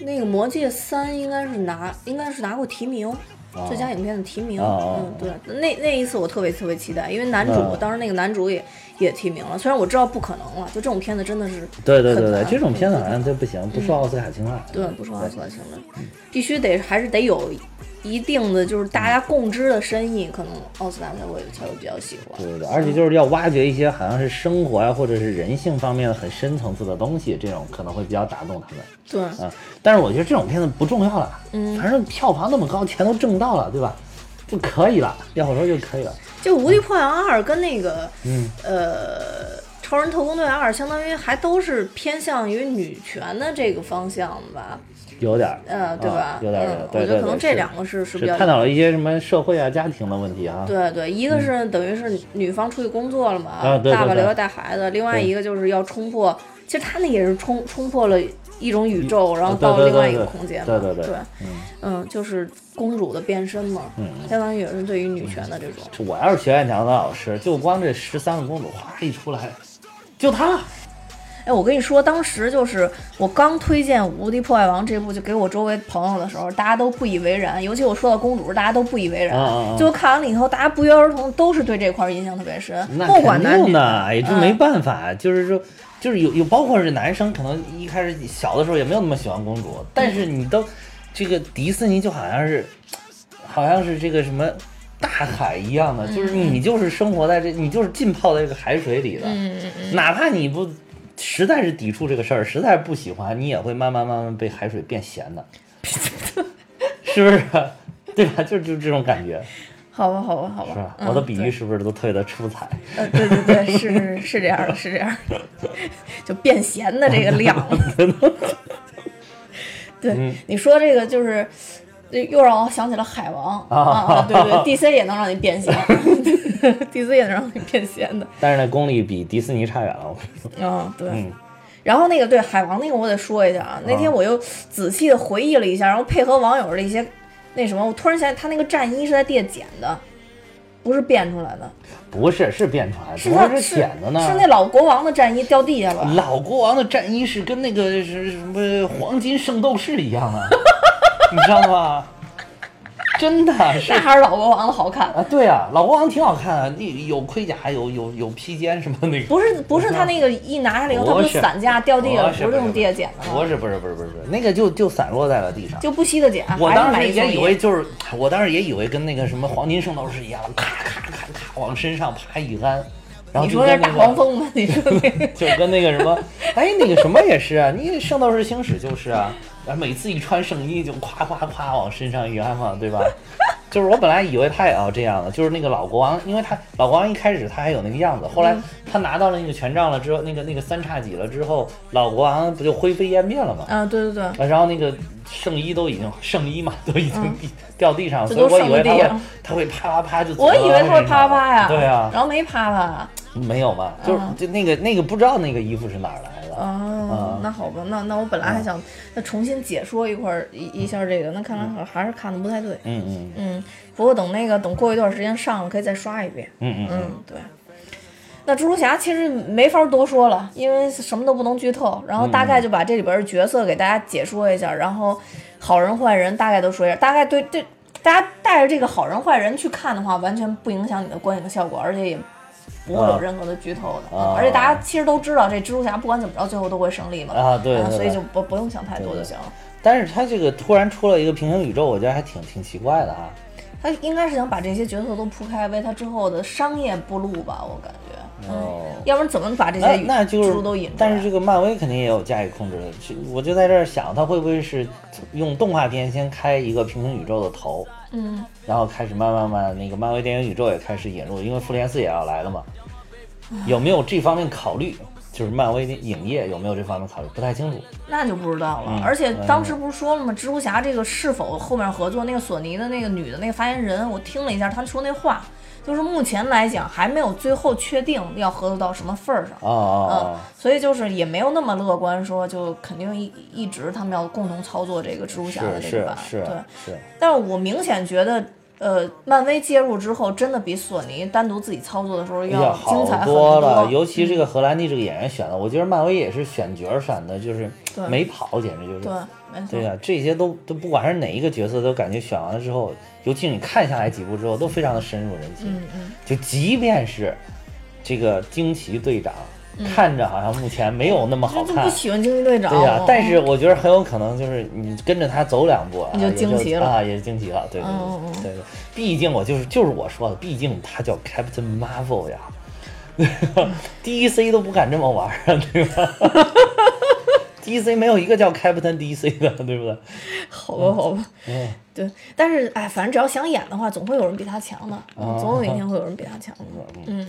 S1: 那个《魔戒三》应该是拿应该是拿过提名，
S2: 啊
S1: 最佳影片的提名。
S2: 哦
S1: 嗯，对，那那一次我特别特别期待，因为男主、
S2: 嗯
S1: 当时那个男主也也提名了，虽然我知道不可能了，就这种片子真的是
S2: 对对对
S1: 很
S2: 对，
S1: 难嗯
S2: 这种片子好像这不行，不受奥斯卡青睐。
S1: 对，不说话算行了，必须得还是得有一定的就是大家共知的深意，可能奥斯卡才会才会比较喜欢
S2: 对。对对，而且就是要挖掘一些好像是生活啊，或者是人性方面很深层次的东西，这种可能会比较打动他们
S1: 对，
S2: 啊。但是我觉得这种片子不重要了，
S1: 嗯
S2: 反正票房那么高，钱都挣到了，对吧？就可以了，要我说就可以了。
S1: 就《无敌破坏王二》跟那个
S2: 嗯，
S1: 呃《超人特工队二》，相当于还都是偏向于女权的这个方向吧，
S2: 有点儿，
S1: 呃，对吧
S2: 啊？有点儿，
S1: 嗯
S2: 有点儿，
S1: 我
S2: 对
S1: 觉
S2: 对
S1: 得
S2: 对，
S1: 可能这
S2: 是
S1: 两个是是比
S2: 是
S1: 较
S2: 探讨了一些什么社会啊、家庭的问题啊。
S1: 对对，一个是等于是女方出去工作了嘛，
S2: 啊对对
S1: 爸爸
S2: 对
S1: 留下带孩子；另外
S2: 对
S1: 一个就是要冲破，其实他那也是冲冲破了一种宇宙，然后
S2: 啊对
S1: 到
S2: 对
S1: 另外
S2: 对
S1: 一个
S2: 对
S1: 空间嘛。
S2: 对对对
S1: 嗯就是公主的变身嘛，
S2: 嗯
S1: 相当于也是对于女权的这种。
S2: 我要是学院长的老师，就光这十三个公主哗一出来，就她
S1: 哎，我跟你说，当时就是我刚推荐《无敌破坏王》这部，就给我周围朋友的时候，大家都不以为然。尤其我说到公主，大家都不以为然。
S2: 啊啊啊
S1: 就看完了以后，大家不约而同都是对这块儿印象特别深，
S2: 那
S1: 不管男
S2: 肯定
S1: 女。
S2: 的，哎，这
S1: 嗯
S2: 没办法，就是说，就是有有，包括是男生，可能一开始小的时候也没有那么喜欢公主，但是你都，这个迪士尼就好像是，好像是这个什么大海一样的，就是
S1: 嗯
S2: 你就是生活在这，你就是浸泡在这个海水里的，
S1: 嗯
S2: 哪怕你不。实在是抵触这个事儿，实在不喜欢，你也会慢慢慢慢被海水变咸 的，是不是？ 对吧？就就这种感觉，
S1: 好吧，好吧，好吧。
S2: 是吧？
S1: 嗯
S2: 我的比
S1: 对
S2: 喻是不是都特别的出彩？
S1: 呃，对对对，是是是这样的，是这样的，就变咸
S2: 嗯
S1: 的这个量。对，你说这个就是，又让我想起了海王
S2: 啊
S1: 啊，对对，DC 也能让你变现 ，DC 也能让你变现的
S2: 但是那功力比迪士尼差远了。我 跟你说
S1: 啊，对。
S2: 嗯
S1: 然后那个对海王那个我得说一下啊，那天我又仔细的回忆了一下，然后配合网友的一些那什么，我突然想起他那个战衣是在地下捡的，不是编出来的，
S2: 不是，是变出来的，
S1: 是
S2: 怎么
S1: 他
S2: 会
S1: 是
S2: 是剪的呢？嗯
S1: 是那老国王的战衣掉地下了。
S2: 老国王的战衣是跟那个是什么黄金圣斗士一样的， 你知道吗？真的是
S1: 那还是老国王的好看，
S2: 啊，对啊，老国王挺好看啊，那有盔甲，有有有披肩什么那个。
S1: 不是不是他那个一拿下来以后，他
S2: 不
S1: 不
S2: 是
S1: 是散架掉地上，
S2: 不
S1: 不
S2: 是
S1: 是用地下捡的吗
S2: 不？是不是不是不是不是，那个就就散落在了地上。
S1: 就不惜的捡，
S2: 我
S1: 还是
S2: 当
S1: 买
S2: 时
S1: 一
S2: 也以
S1: 送一
S2: 为就是，我当时也以为跟那个什么黄金圣斗士一样，咔咔咔咔往身上啪一安，然后
S1: 你
S2: 就
S1: 说那
S2: 跟
S1: 是大
S2: 那
S1: 黄
S2: 个
S1: 蜂吗？ 你说那 个
S2: 就跟那个什么，哎，那个什么也是啊，你圣斗士星矢就是啊，啊每次一穿圣衣就夸夸夸往身上一安嘛，对吧？ 就是我本来以为他也要这样的，就是那个老国王，因为他老国王一开始他还有那个样子，后来他拿到了那个权杖了之后，那个那个三叉戟了之后，老国王不就灰飞烟灭了吗？
S1: 啊，对对对，
S2: 啊，然后那个圣衣都已经圣衣嘛，都已经地掉地上，
S1: 嗯这
S2: 所以
S1: 都
S2: 我以为
S1: 圣
S2: 他
S1: 地
S2: 会
S1: 啊
S2: 他会啪啪啪就走
S1: 我
S2: 到
S1: 以为他会
S2: 身上
S1: 啪啪嗯呀，
S2: 对啊，
S1: 然后没啪啪，
S2: 没有嘛，就是就那个那个不知道那个衣服是哪儿来的，
S1: 哦
S2: 啊，
S1: 那好吧，那那我本来还想再重新解说一块儿一一下这个，那看来还还是看的不太对，
S2: 嗯嗯
S1: 嗯，不过等那个等过一段时间上了，可以再刷一遍，
S2: 嗯嗯
S1: 嗯，对。那蜘蛛侠其实没法多说了，因为什么都不能剧透，然后大
S2: 嗯
S1: 概就把这里边的角色给大家解说一下，然后好人坏人大概都说一下，大概对对，大家带着这个好人坏人去看的话，完全不影响你的观影效果，而且也不会有
S2: 啊
S1: 任何的剧透的，
S2: 啊
S1: 而且大家其实都知道这蜘蛛侠不管怎么着最后都会胜利嘛，
S2: 啊对对对
S1: 所以就不不用想太多就行了。
S2: 但是他这个突然出了一个平行宇宙，我觉得还挺挺奇怪的啊。
S1: 他应该是想把这些角色都铺开，为他之后的商业铺路吧，我感觉。
S2: 哦
S1: 要不然怎么把这些
S2: 那那就
S1: 蜘蛛都引
S2: 是
S1: 出，来？
S2: 但是这个漫威肯定也有加以控制的。这我就在这儿想，他会不会是用动画片先开一个平行宇宙的头，
S1: 嗯，
S2: 然后开始慢慢慢那个漫威电影宇宙也开始引入，因为复联四也要来了嘛。有没有这方面考虑？就是漫威的影业有没有这方面考虑？不太清楚。
S1: 那就不知道了。
S2: 嗯
S1: 而且当时不是说了吗？蜘蛛侠这个是否后面合作？那个索尼的那个女的那个发言人，我听了一下，她说那话，就是目前来讲还没有最后确定要合作到什么份儿上。
S2: 哦哦
S1: 嗯，所以就是也没有那么乐观，说就肯定一一直他们要共同操作这个蜘蛛
S2: 哦，
S1: 侠的
S2: 是
S1: 这个
S2: 是
S1: 版，
S2: 是
S1: 对。
S2: 是，
S1: 但是我明显觉得，呃，漫威介入之后，真的比索尼单独自己操作的时候
S2: 哎呀，
S1: 要精
S2: 好
S1: 彩很
S2: 多了，
S1: 多嗯
S2: 尤其这个荷兰弟这个演员选的，我觉得漫威也是选角选的，就是
S1: 对
S2: 没跑，简直就是
S1: 对。，没错
S2: 对。呀、这些都都不管是哪一个角色，都感觉选完了之后，尤其你看下来几部之后，都非常的深入人心。
S1: 嗯嗯。
S2: 就即便是这个惊奇队长，看着好像目前没有那么好
S1: 嗯就
S2: 看
S1: 不，喜欢惊奇队长。
S2: 对呀、
S1: 嗯
S2: 但是我觉得很有可能就是你跟着他走两步啊，
S1: 你就
S2: 也
S1: 惊奇了
S2: 啊，也惊奇了，对对
S1: 嗯嗯嗯
S2: 对对对，毕竟我就是就是我说的，毕竟他叫 Captain Marvel 呀
S1: 嗯
S2: ，DC 都不敢这么玩儿啊，对吧 ？DC 没有一个叫 Captain DC 的，对不对？
S1: 好吧，好吧，
S2: 嗯。
S1: 对，但是哎，反正只要想演的话，总会有人比他强的，
S2: 啊
S1: 嗯总有一天会有人比他强 的。嗯，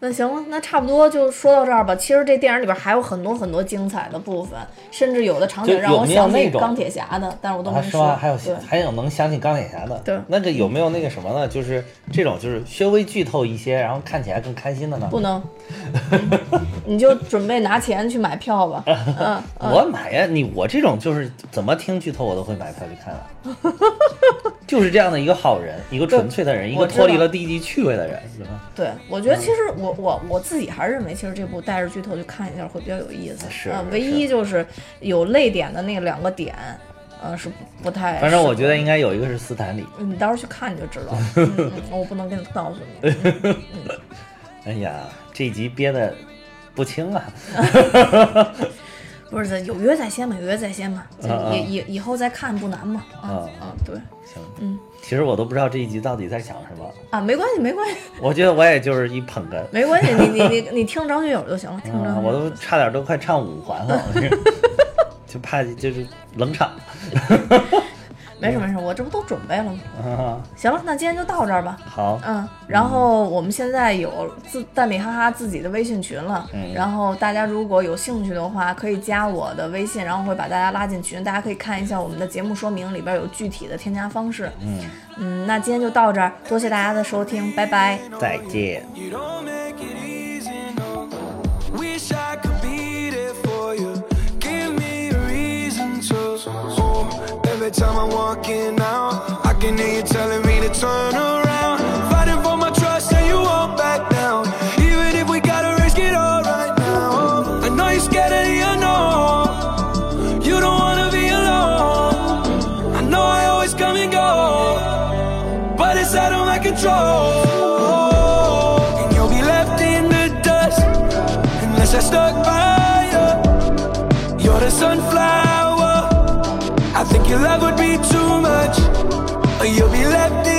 S1: 那行了，那差不多就说到这儿吧。其实这电影里边还有很多很多精彩的部分，甚至有的场景
S2: 就
S1: 让我
S2: 有没有
S1: 想起
S2: 那种
S1: 钢铁侠的，但是我都
S2: 啊，
S1: 没
S2: 是
S1: 说。
S2: 吧？还有
S1: 对，
S2: 还有能想起钢铁侠的，
S1: 对
S2: 那个有没有那个什么呢？就是这种就是稍微剧透一些，然后看起来更开心的呢？
S1: 不能，嗯你就准备拿钱去买票 吧。嗯，
S2: 我买呀，你我这种就是怎么听剧透我都会买票去看的， 就是这样的一个好人，一个纯粹的人，一个
S1: 我知
S2: 脱离
S1: 道
S2: 了低级趣味的人，是吧？
S1: 对，我觉得其实我我我自己还是认为，其实这部带着剧透去看一下会比较有意思。
S2: 是
S1: 呃
S2: 是
S1: 唯一就是有泪点的那两个点，呃，是不不太。嗯
S2: 反正我觉得应该有一个是斯坦李。
S1: 你到时候去看你就知 道了。嗯嗯，我不能跟你告诉你。嗯
S2: 哎呀，这一集憋的不轻啊！
S1: 不是，有约在先嘛，有约在先嘛，就
S2: 啊啊
S1: 以以以后再看不难嘛。啊
S2: 啊
S1: 啊，对
S2: 行，
S1: 嗯，
S2: 其实我都不知道这一集到底在想什么，
S1: 啊，没关系，没关系，
S2: 我觉得我也就是一捧哏。
S1: 没关系，你你你你听张学友就行了，听张
S2: 啊，
S1: 学
S2: 我
S1: 友。
S2: 都差点都 快唱五环了，我这就怕就是冷场。
S1: 没事没事，我这不都准备了吗？
S2: 啊，
S1: 行了，那今天就到这儿吧。
S2: 好，
S1: 嗯，然后我们现在有自蛋米哈哈自己的微信群了，
S2: 嗯
S1: 然后大家如果有兴趣的话，可以加我的微信，然后会把大家拉进群，大家可以看一下我们的节目说明里边有具体的添加方式。
S2: 嗯，
S1: 嗯，那今天就到这儿，多谢大家的收听，拜拜。
S2: 再见。
S4: You don't make it easy, no. Wish I could be there for you. Give me a reason to. Oh, every time I'm walking out, I can hear you telling me to turn around. Fighting for my trust, and you won't back down. Even if we gotta risk it all right now. I know you're scared of the unknown. You don't wanna be alone. I know I always come and go but it's out of my control. And you'll be left in the dust unless I stuck by you. You're the sunflower. I think your love would be too much, or you'll be left in.